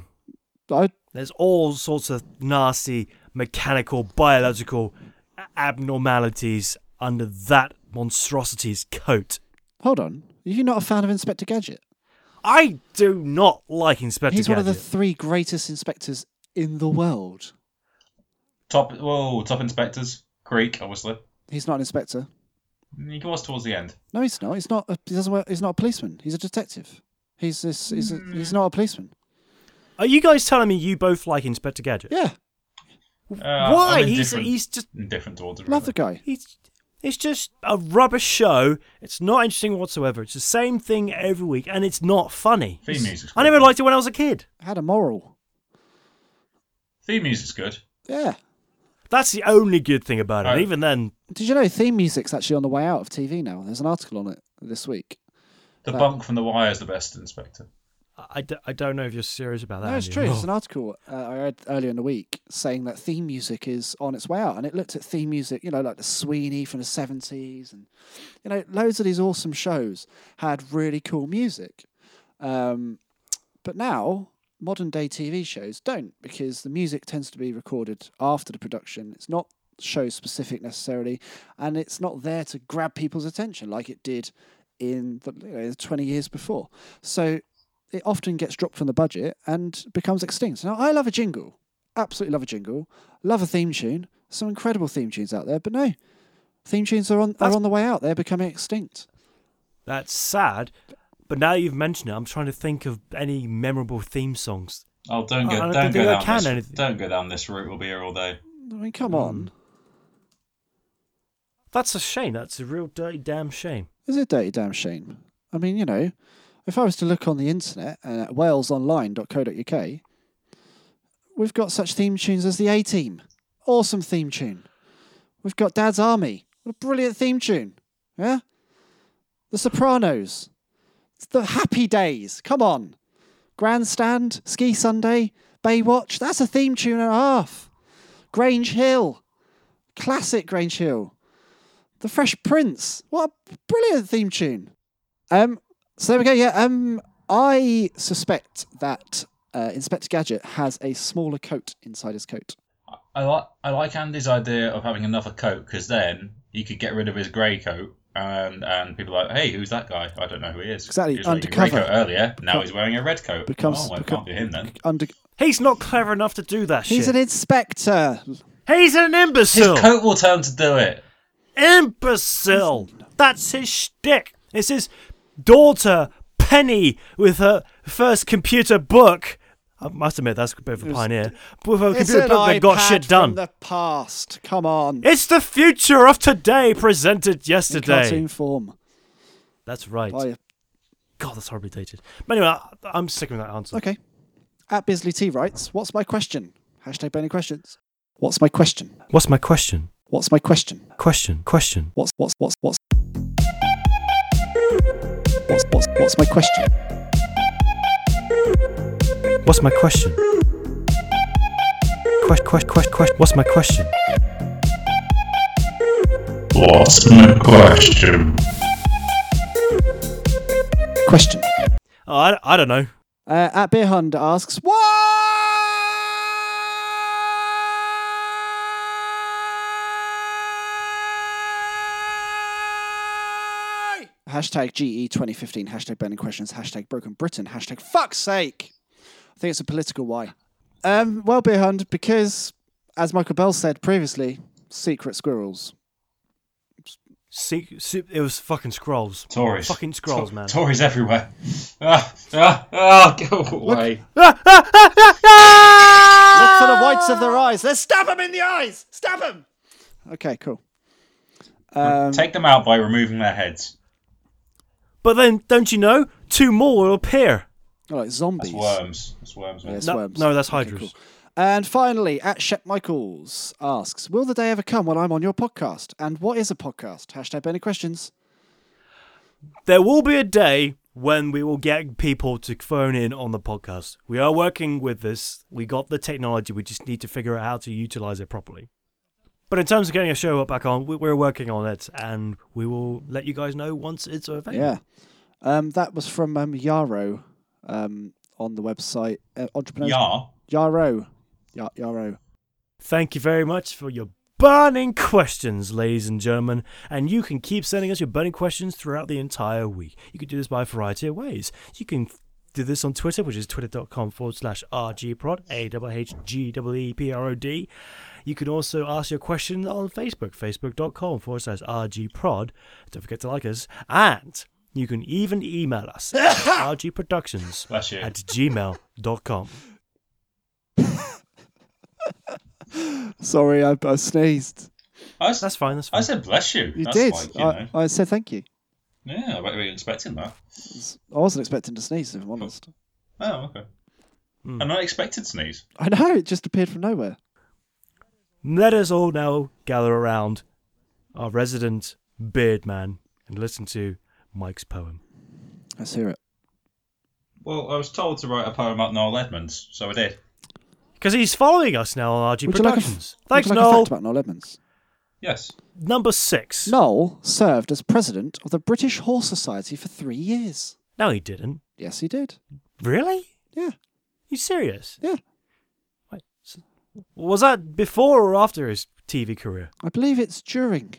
Speaker 1: I,
Speaker 2: There's all sorts of nasty mechanical, biological a- abnormalities under that monstrosity's coat.
Speaker 1: hold on. Are you not a fan of Inspector Gadget?
Speaker 2: I do not like Inspector
Speaker 1: He's one of the
Speaker 2: Gadget.
Speaker 1: three greatest inspectors in the world.
Speaker 3: Top whoa, top inspectors. Greek, obviously.
Speaker 1: He's not an inspector.
Speaker 3: He was towards the end.
Speaker 1: No, he's not. He's not. A, he doesn't. Work, he's not a policeman. He's a detective. He's this. He's, a, he's not a policeman.
Speaker 2: Are you guys telling me you both like Inspector Gadget?
Speaker 1: Yeah,
Speaker 3: Uh,
Speaker 2: Why?
Speaker 3: I'm
Speaker 2: He's
Speaker 3: indifferent-
Speaker 2: he's just
Speaker 3: indifferent towards him.
Speaker 1: love
Speaker 3: really.
Speaker 1: the guy.
Speaker 2: he's it's just a rubbish show. It's not interesting whatsoever. It's the same thing every week, and it's not funny.
Speaker 3: Theme music's
Speaker 2: I never
Speaker 3: good.
Speaker 2: liked it when I was a kid.
Speaker 1: Had a moral.
Speaker 3: Theme music's good.
Speaker 1: Yeah.
Speaker 2: That's the only good thing about it.
Speaker 3: Oh.
Speaker 2: Even then,
Speaker 1: Did you know theme music's actually on the way out of TV now? There's an article on it this week.
Speaker 3: The
Speaker 1: Uh,
Speaker 3: bunk from The Wire is the best inspector.
Speaker 2: I, d- I don't know if you're serious about that.
Speaker 1: No, it's
Speaker 2: Andy.
Speaker 1: true. There's an
Speaker 2: Oh.
Speaker 1: article uh, I read earlier in the week saying that theme music is on its way out, and it looked at theme music, you know, like the Sweeney from the '70s, and you know, loads of these awesome shows had really cool music. Um, but now, modern day TV shows don't because the music tends to be recorded after the production. It's not show specific necessarily, and it's not there to grab people's attention like it did in the you know, 20 years before. So it often gets dropped from the budget and becomes extinct. Now, I love a jingle, absolutely love a jingle, love a theme tune. Some incredible theme tunes out there, but no, theme tunes are on are
Speaker 2: That's-
Speaker 1: on the way out. They're becoming extinct.
Speaker 2: That's sad. But now you've mentioned it, I'm trying to think of any memorable theme songs.
Speaker 3: Oh, don't
Speaker 2: I
Speaker 3: go,
Speaker 2: don't
Speaker 3: don't
Speaker 2: think
Speaker 3: go
Speaker 2: I
Speaker 3: down
Speaker 2: can
Speaker 3: this.
Speaker 2: anything.
Speaker 3: Don't go down this route. We'll be here all day.
Speaker 1: I mean, come on,
Speaker 2: That's a shame. That's a real dirty damn shame.
Speaker 1: is it dirty damn shame? I mean, you know, if I was to look on the internet uh, at walesonline.co.uk, we've got such theme tunes as the A Team, awesome theme tune. We've got Dad's Army, what a brilliant theme tune. Yeah, The Sopranos, It's The Happy Days. Come on, Grandstand, Ski Sunday, Baywatch. That's a theme tune and a half. Grange Hill, classic Grange Hill. The Fresh Prince. What a brilliant theme tune. Um, so there we go. Yeah. Um, I suspect that uh, Inspector Gadget has a smaller coat inside his coat.
Speaker 3: I like I like Andy's idea of having another coat because then you could get rid of his grey coat and and people are like, hey, who's that guy? I don't know who he is.
Speaker 1: Exactly,
Speaker 3: He was wearing a grey
Speaker 1: undercover.
Speaker 3: coat earlier. Now he's wearing a red coat.
Speaker 1: Becomes
Speaker 3: oh, well, it
Speaker 1: become-
Speaker 3: can't be him then.
Speaker 1: Under.
Speaker 2: He's not clever enough to do that
Speaker 1: He's
Speaker 2: shit.
Speaker 1: an inspector.
Speaker 2: He's an
Speaker 3: His
Speaker 2: imbecile.
Speaker 3: coat will tell him to do it.
Speaker 2: imbecile. That's his shtick. It's his daughter Penny with her first computer book. I must admit that's a bit of a pioneer. With her computer book that got shit done.
Speaker 1: the past. Come on.
Speaker 2: It's the future of today presented
Speaker 1: In
Speaker 2: yesterday.
Speaker 1: cartoon form.
Speaker 2: That's right.
Speaker 1: By-
Speaker 2: God, that's horribly dated. But anyway, I, I'm sick of that answer.
Speaker 1: okay. At Bisley T writes, "What's my question? Hashtag burning questions. What's my question?
Speaker 2: What's my question?
Speaker 1: What's my question?
Speaker 2: Question. Question.
Speaker 1: What's what's what's what's what's what's, what's my question?
Speaker 2: What's my question? Question. Question. Question. What's my question?
Speaker 5: What's my question?
Speaker 1: Question."
Speaker 2: Oh, I, I don't know.
Speaker 1: Uh, at Beer Hunt asks, "What Hashtag GE 2015, hashtag burning questions, hashtag broken Britain, hashtag fuck's sake. I think it's a political why. Um, well, Beer Hunt, because, as Michael Bell said previously, secret squirrels.
Speaker 2: See, see, it was fucking scrolls.
Speaker 3: Tories.
Speaker 2: Fucking scrolls, man.
Speaker 3: Tories everywhere. Ah, ah, ah, go away.
Speaker 1: Look for the whites of their eyes. Let's stab them in the eyes. Stab them. Okay, cool. Um,
Speaker 3: Take them out by removing their heads.
Speaker 2: But then, don't you know? Two more will appear.
Speaker 1: I like zombies.
Speaker 3: It's worms. It's worms, man.
Speaker 1: Yes,
Speaker 2: No,
Speaker 1: worms.
Speaker 2: no, that's
Speaker 1: Okay,
Speaker 2: hydras.
Speaker 1: cool. And finally, at Shep Michaels asks, "Will the day ever come when I'm on your podcast? And what is a podcast? Hashtag any questions.
Speaker 2: There will be a day when we will get people to phone in on the podcast. We are working with this. We got the technology. We just need to figure out how to utilize it properly. But in terms of getting a show up back on, we- we're working on it, and we will let you guys know once it's available.
Speaker 1: Yeah. Um, that was from um, Yarrow um, on the website uh, Entrepreneurs.
Speaker 3: Yar.
Speaker 1: Yarrow. Ya- Yarrow.
Speaker 2: Thank you very much for your burning questions, ladies and gentlemen. And you can keep sending us your burning questions throughout the entire week. You can do this by a variety of ways. You can f- do this on Twitter, which is twitter.com forward slash rgprod, E A-H-H-G-E-E-P-R-O-D. You can also ask your question on Facebook, facebook.com forward slash rgprod. Don't forget to like us. And you can even email us at rgproductions
Speaker 3: Bless you.
Speaker 2: at gmail.com.
Speaker 1: Sorry, I, I sneezed.
Speaker 3: I, s-
Speaker 2: That's fine, that's
Speaker 3: I
Speaker 2: fine.
Speaker 3: said bless you.
Speaker 1: You
Speaker 3: That's
Speaker 1: did. Uh,
Speaker 3: Like, you know.
Speaker 1: I, I said thank you.
Speaker 3: Yeah, I wasn't expecting that.
Speaker 1: I wasn't expecting to sneeze, if I'm honest.
Speaker 3: Oh, okay.
Speaker 2: Hmm.
Speaker 3: I'm not expected to sneeze.
Speaker 1: I know it just appeared from nowhere.
Speaker 2: Let us all now gather around our resident beard man and listen to Mike's poem.
Speaker 1: Let's hear it.
Speaker 3: Well, I was told to write a poem about Noel Edmonds, so I did.
Speaker 2: Because he's following us now on RG
Speaker 1: Would you like a, f-
Speaker 2: Productions.
Speaker 1: would
Speaker 2: Thanks,
Speaker 1: you like a
Speaker 2: Noel.
Speaker 1: fact about Noel Edmonds?
Speaker 3: Yes.
Speaker 2: Number six.
Speaker 1: Noel served as president of the British Horse Society for three years.
Speaker 2: No, he didn't.
Speaker 1: Yes, he did.
Speaker 2: Really?
Speaker 1: Yeah,
Speaker 2: You serious?
Speaker 1: yeah.
Speaker 2: Wait, s- was that before or after his TV career?
Speaker 1: I believe it's during.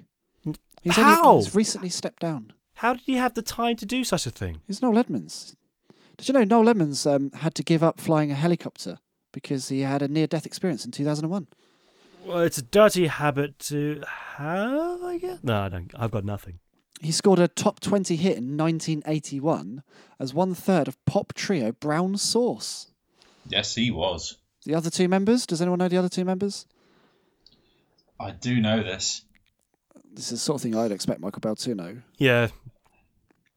Speaker 1: He's only-
Speaker 2: How?
Speaker 1: he's recently stepped down.
Speaker 2: How did he have the time to do such a thing?
Speaker 1: It's Noel Edmonds. Did you know Noel Edmonds um, had to give up flying a helicopter because he had a near-death experience in 2001?
Speaker 2: Well, it's a dirty habit to have, I guess. No, I don't. I've got nothing.
Speaker 1: He scored a top 20 hit in 1981 as one third of pop trio Brown Sauce.
Speaker 3: Yes, he was.
Speaker 1: The other two members, does anyone know the other two members?
Speaker 3: I do know this.
Speaker 1: This is the sort of thing I'd expect Michael Bell to know.
Speaker 2: Yeah.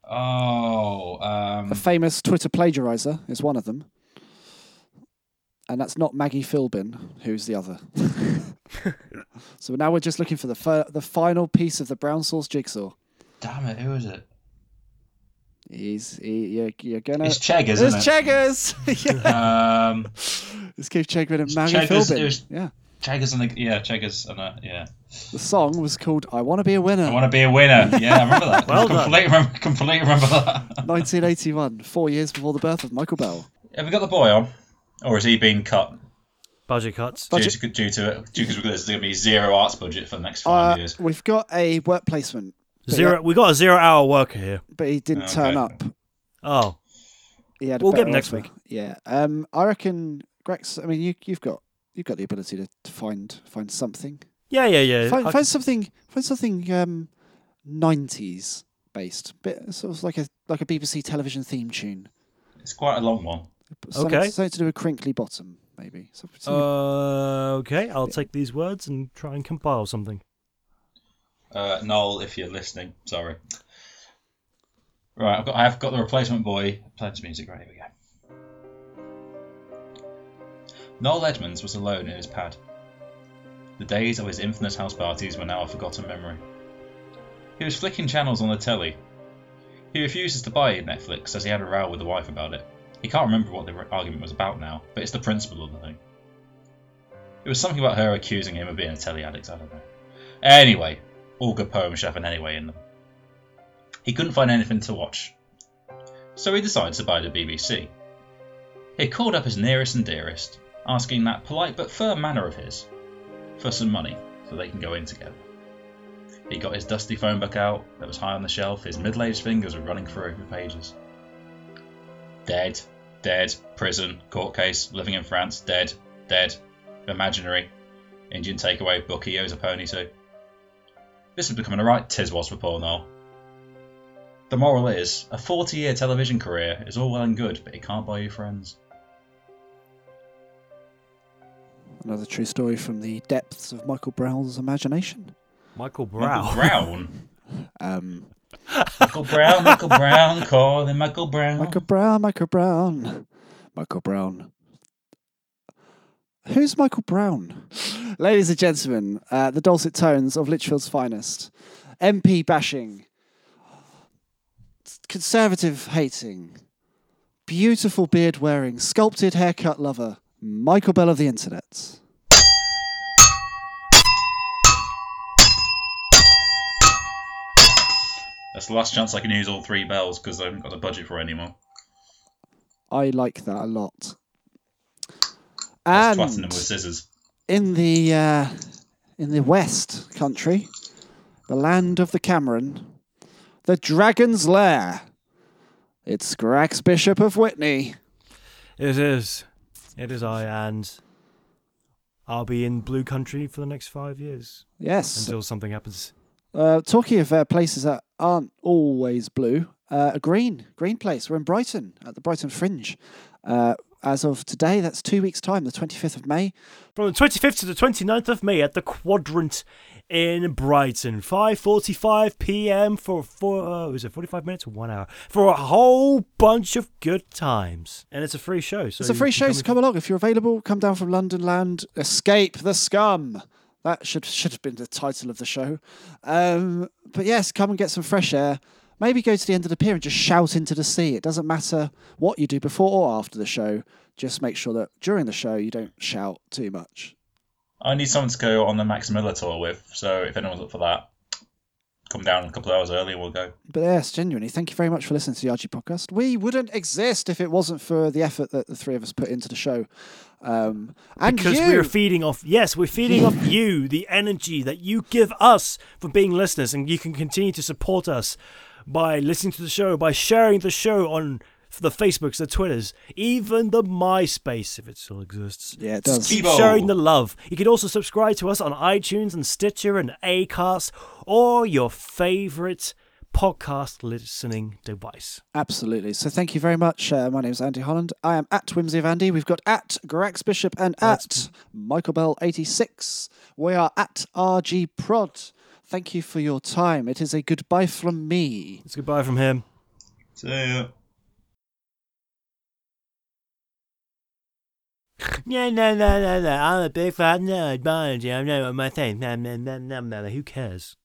Speaker 3: Oh, um,
Speaker 1: A famous Twitter plagiarizer is one of them. And that's not Maggie Philbin, who's the other. so now we're just looking for the fir- the final piece of the brown sauce jigsaw.
Speaker 3: damn it, who is it?
Speaker 1: He's he, you're, you're gonna.
Speaker 3: It's Chegg, isn't
Speaker 1: it's
Speaker 3: it?
Speaker 1: Cheggers. yeah.
Speaker 3: Um,
Speaker 1: It's Keith Chegwin and Maggie
Speaker 3: Cheggers,
Speaker 1: Philbin.
Speaker 3: it was-
Speaker 1: Yeah.
Speaker 3: Cheggers and the yeah, Cheggers and the, yeah.
Speaker 1: The song was called "I Want to Be a Winner."
Speaker 3: I want to be a winner. Yeah, I remember that.
Speaker 2: Well done.
Speaker 3: completely, remember, completely remember that.
Speaker 1: 1981, four years before the birth of Michael Bell.
Speaker 3: Have we got the boy on, or is he being cut
Speaker 2: Budget cuts.
Speaker 3: due
Speaker 1: Budget-
Speaker 3: to, due to it? Due to there's going to be zero arts budget for the next
Speaker 1: Uh,
Speaker 3: five years.
Speaker 1: we've got a work placement,
Speaker 2: Zero. We got a zero-hour worker here.
Speaker 1: but he didn't
Speaker 3: Okay.
Speaker 1: turn up.
Speaker 2: Oh,
Speaker 1: He had a
Speaker 2: We'll get
Speaker 1: better
Speaker 2: him next
Speaker 1: offer.
Speaker 2: week.
Speaker 1: Yeah. Um. I reckon Grex. I mean, you you've got you've got the ability to, to find find something.
Speaker 2: yeah, yeah, yeah.
Speaker 1: Find,
Speaker 2: I-
Speaker 1: find something. Find something. Um, 90s based, bit sort of like a like a BBC television theme tune.
Speaker 3: It's quite a long one.
Speaker 1: Something,
Speaker 2: Okay.
Speaker 1: Something to do with crinkly bottom, maybe. Something, something-
Speaker 2: Uh, okay, I'll take these words and try and compile something.
Speaker 3: Uh, Noel, if you're listening, sorry. Right, I've got, I have got the replacement boy. Pledge music, right, here we go. Noel Edmonds was alone in his pad. The days of his infamous house parties were now a forgotten memory. He was flicking channels on the telly. He refuses to buy Netflix as he had a row with the wife about it. He can't remember what the re- argument was about now, but it's the principle of the thing. It was something about her accusing him of being a telly addict, I don't know. Anyway, all good poems should have an anyway in them. He couldn't find anything to watch, so he decided to buy the BBC. He called up his nearest and dearest, asking that polite but firm manner of his for some money so they can go in together. He got his dusty phone book out that was high on the shelf, his middle aged fingers were running through the pages. Dead, dead, prison, court case, living in France, dead, dead, imaginary, Indian takeaway, bookie owes a pony to. This is becoming a right tiz was for poor Noel. The moral is a 40 year television career is all well and good, but it can't buy you friends.
Speaker 1: Another true story from the depths of Michael Browell's imagination.
Speaker 2: Michael
Speaker 3: Michael
Speaker 2: Brown.
Speaker 3: Brown.
Speaker 1: Um,
Speaker 3: Michael Brown, Michael Brown, calling Michael Brown.
Speaker 1: Michael Brown, Michael Brown, Michael Brown. Who's Michael Brown? Ladies and gentlemen, uh, the dulcet tones of Litchfield's finest. MP bashing, conservative hating, beautiful beard wearing, sculpted haircut lover, Michael Bell of the internet.
Speaker 3: That's the last chance I can use all three bells because I haven't got the budget for it anymore.
Speaker 1: I like that a lot.
Speaker 3: I
Speaker 1: And
Speaker 3: was twatting them with scissors.
Speaker 1: in the uh, in the West Country, the land of the Cameron, the Dragon's Lair. It's Grax Bishop of Whitney.
Speaker 2: It is. It is I, and I'll be in Blue Country for the next five years
Speaker 1: Yes.
Speaker 2: until something happens.
Speaker 1: Uh, talking of uh, places that aren't always blue, uh, a green green place. We're in Brighton at the Brighton Fringe. Uh, as of today, that's two weeks' time, the 25th of May.
Speaker 2: From the 25th to the 29th of May at the Quadrant in Brighton, 5:45 p.m. for four, uh, was it 45 minutes or one hour for a whole bunch of good times, and it's a free show. So
Speaker 1: It's a
Speaker 2: you
Speaker 1: free
Speaker 2: can
Speaker 1: show, so
Speaker 2: if-
Speaker 1: come along. If you're available, come down from London land. Escape the scum. That should should have been the title of the show. Um, but yes, come and get some fresh air. Maybe go to the end of the pier and just shout into the sea. It doesn't matter what you do before or after the show. Just make sure that during the show you don't shout too much.
Speaker 3: I need someone to go on the Max Miller tour with, so if anyone's up for that, come down a couple of hours early and we'll go.
Speaker 1: But yes, genuinely, thank you very much for listening to the RG podcast. We wouldn't exist if it wasn't for the effort that the three of us put into the show. Um, and
Speaker 2: because
Speaker 1: you,
Speaker 2: we're feeding off yes we're feeding off you the energy that you give us for being listeners and you can continue to support us by listening to the show by sharing the show on the facebooks the twitters even the myspace if it still exists
Speaker 1: yeah, it does.
Speaker 2: keep
Speaker 3: Bebo.
Speaker 2: sharing the love you can also subscribe to us on itunes and stitcher and acast or your favorite podcast listening device
Speaker 1: Absolutely. So thank you very much. Uh, my name is Andy Holland. I am at Whimsy of Andy. We've got at Grax Bishop and at Michael Bell 86. We are at RG Prod. Thank you for your time. It is a goodbye from me.
Speaker 2: it's goodbye from him
Speaker 3: See ya.
Speaker 2: No, no, no, no, no. I'm a big fat nerd. Biology. I'm not my thing. No, no, no, no, no. Who cares?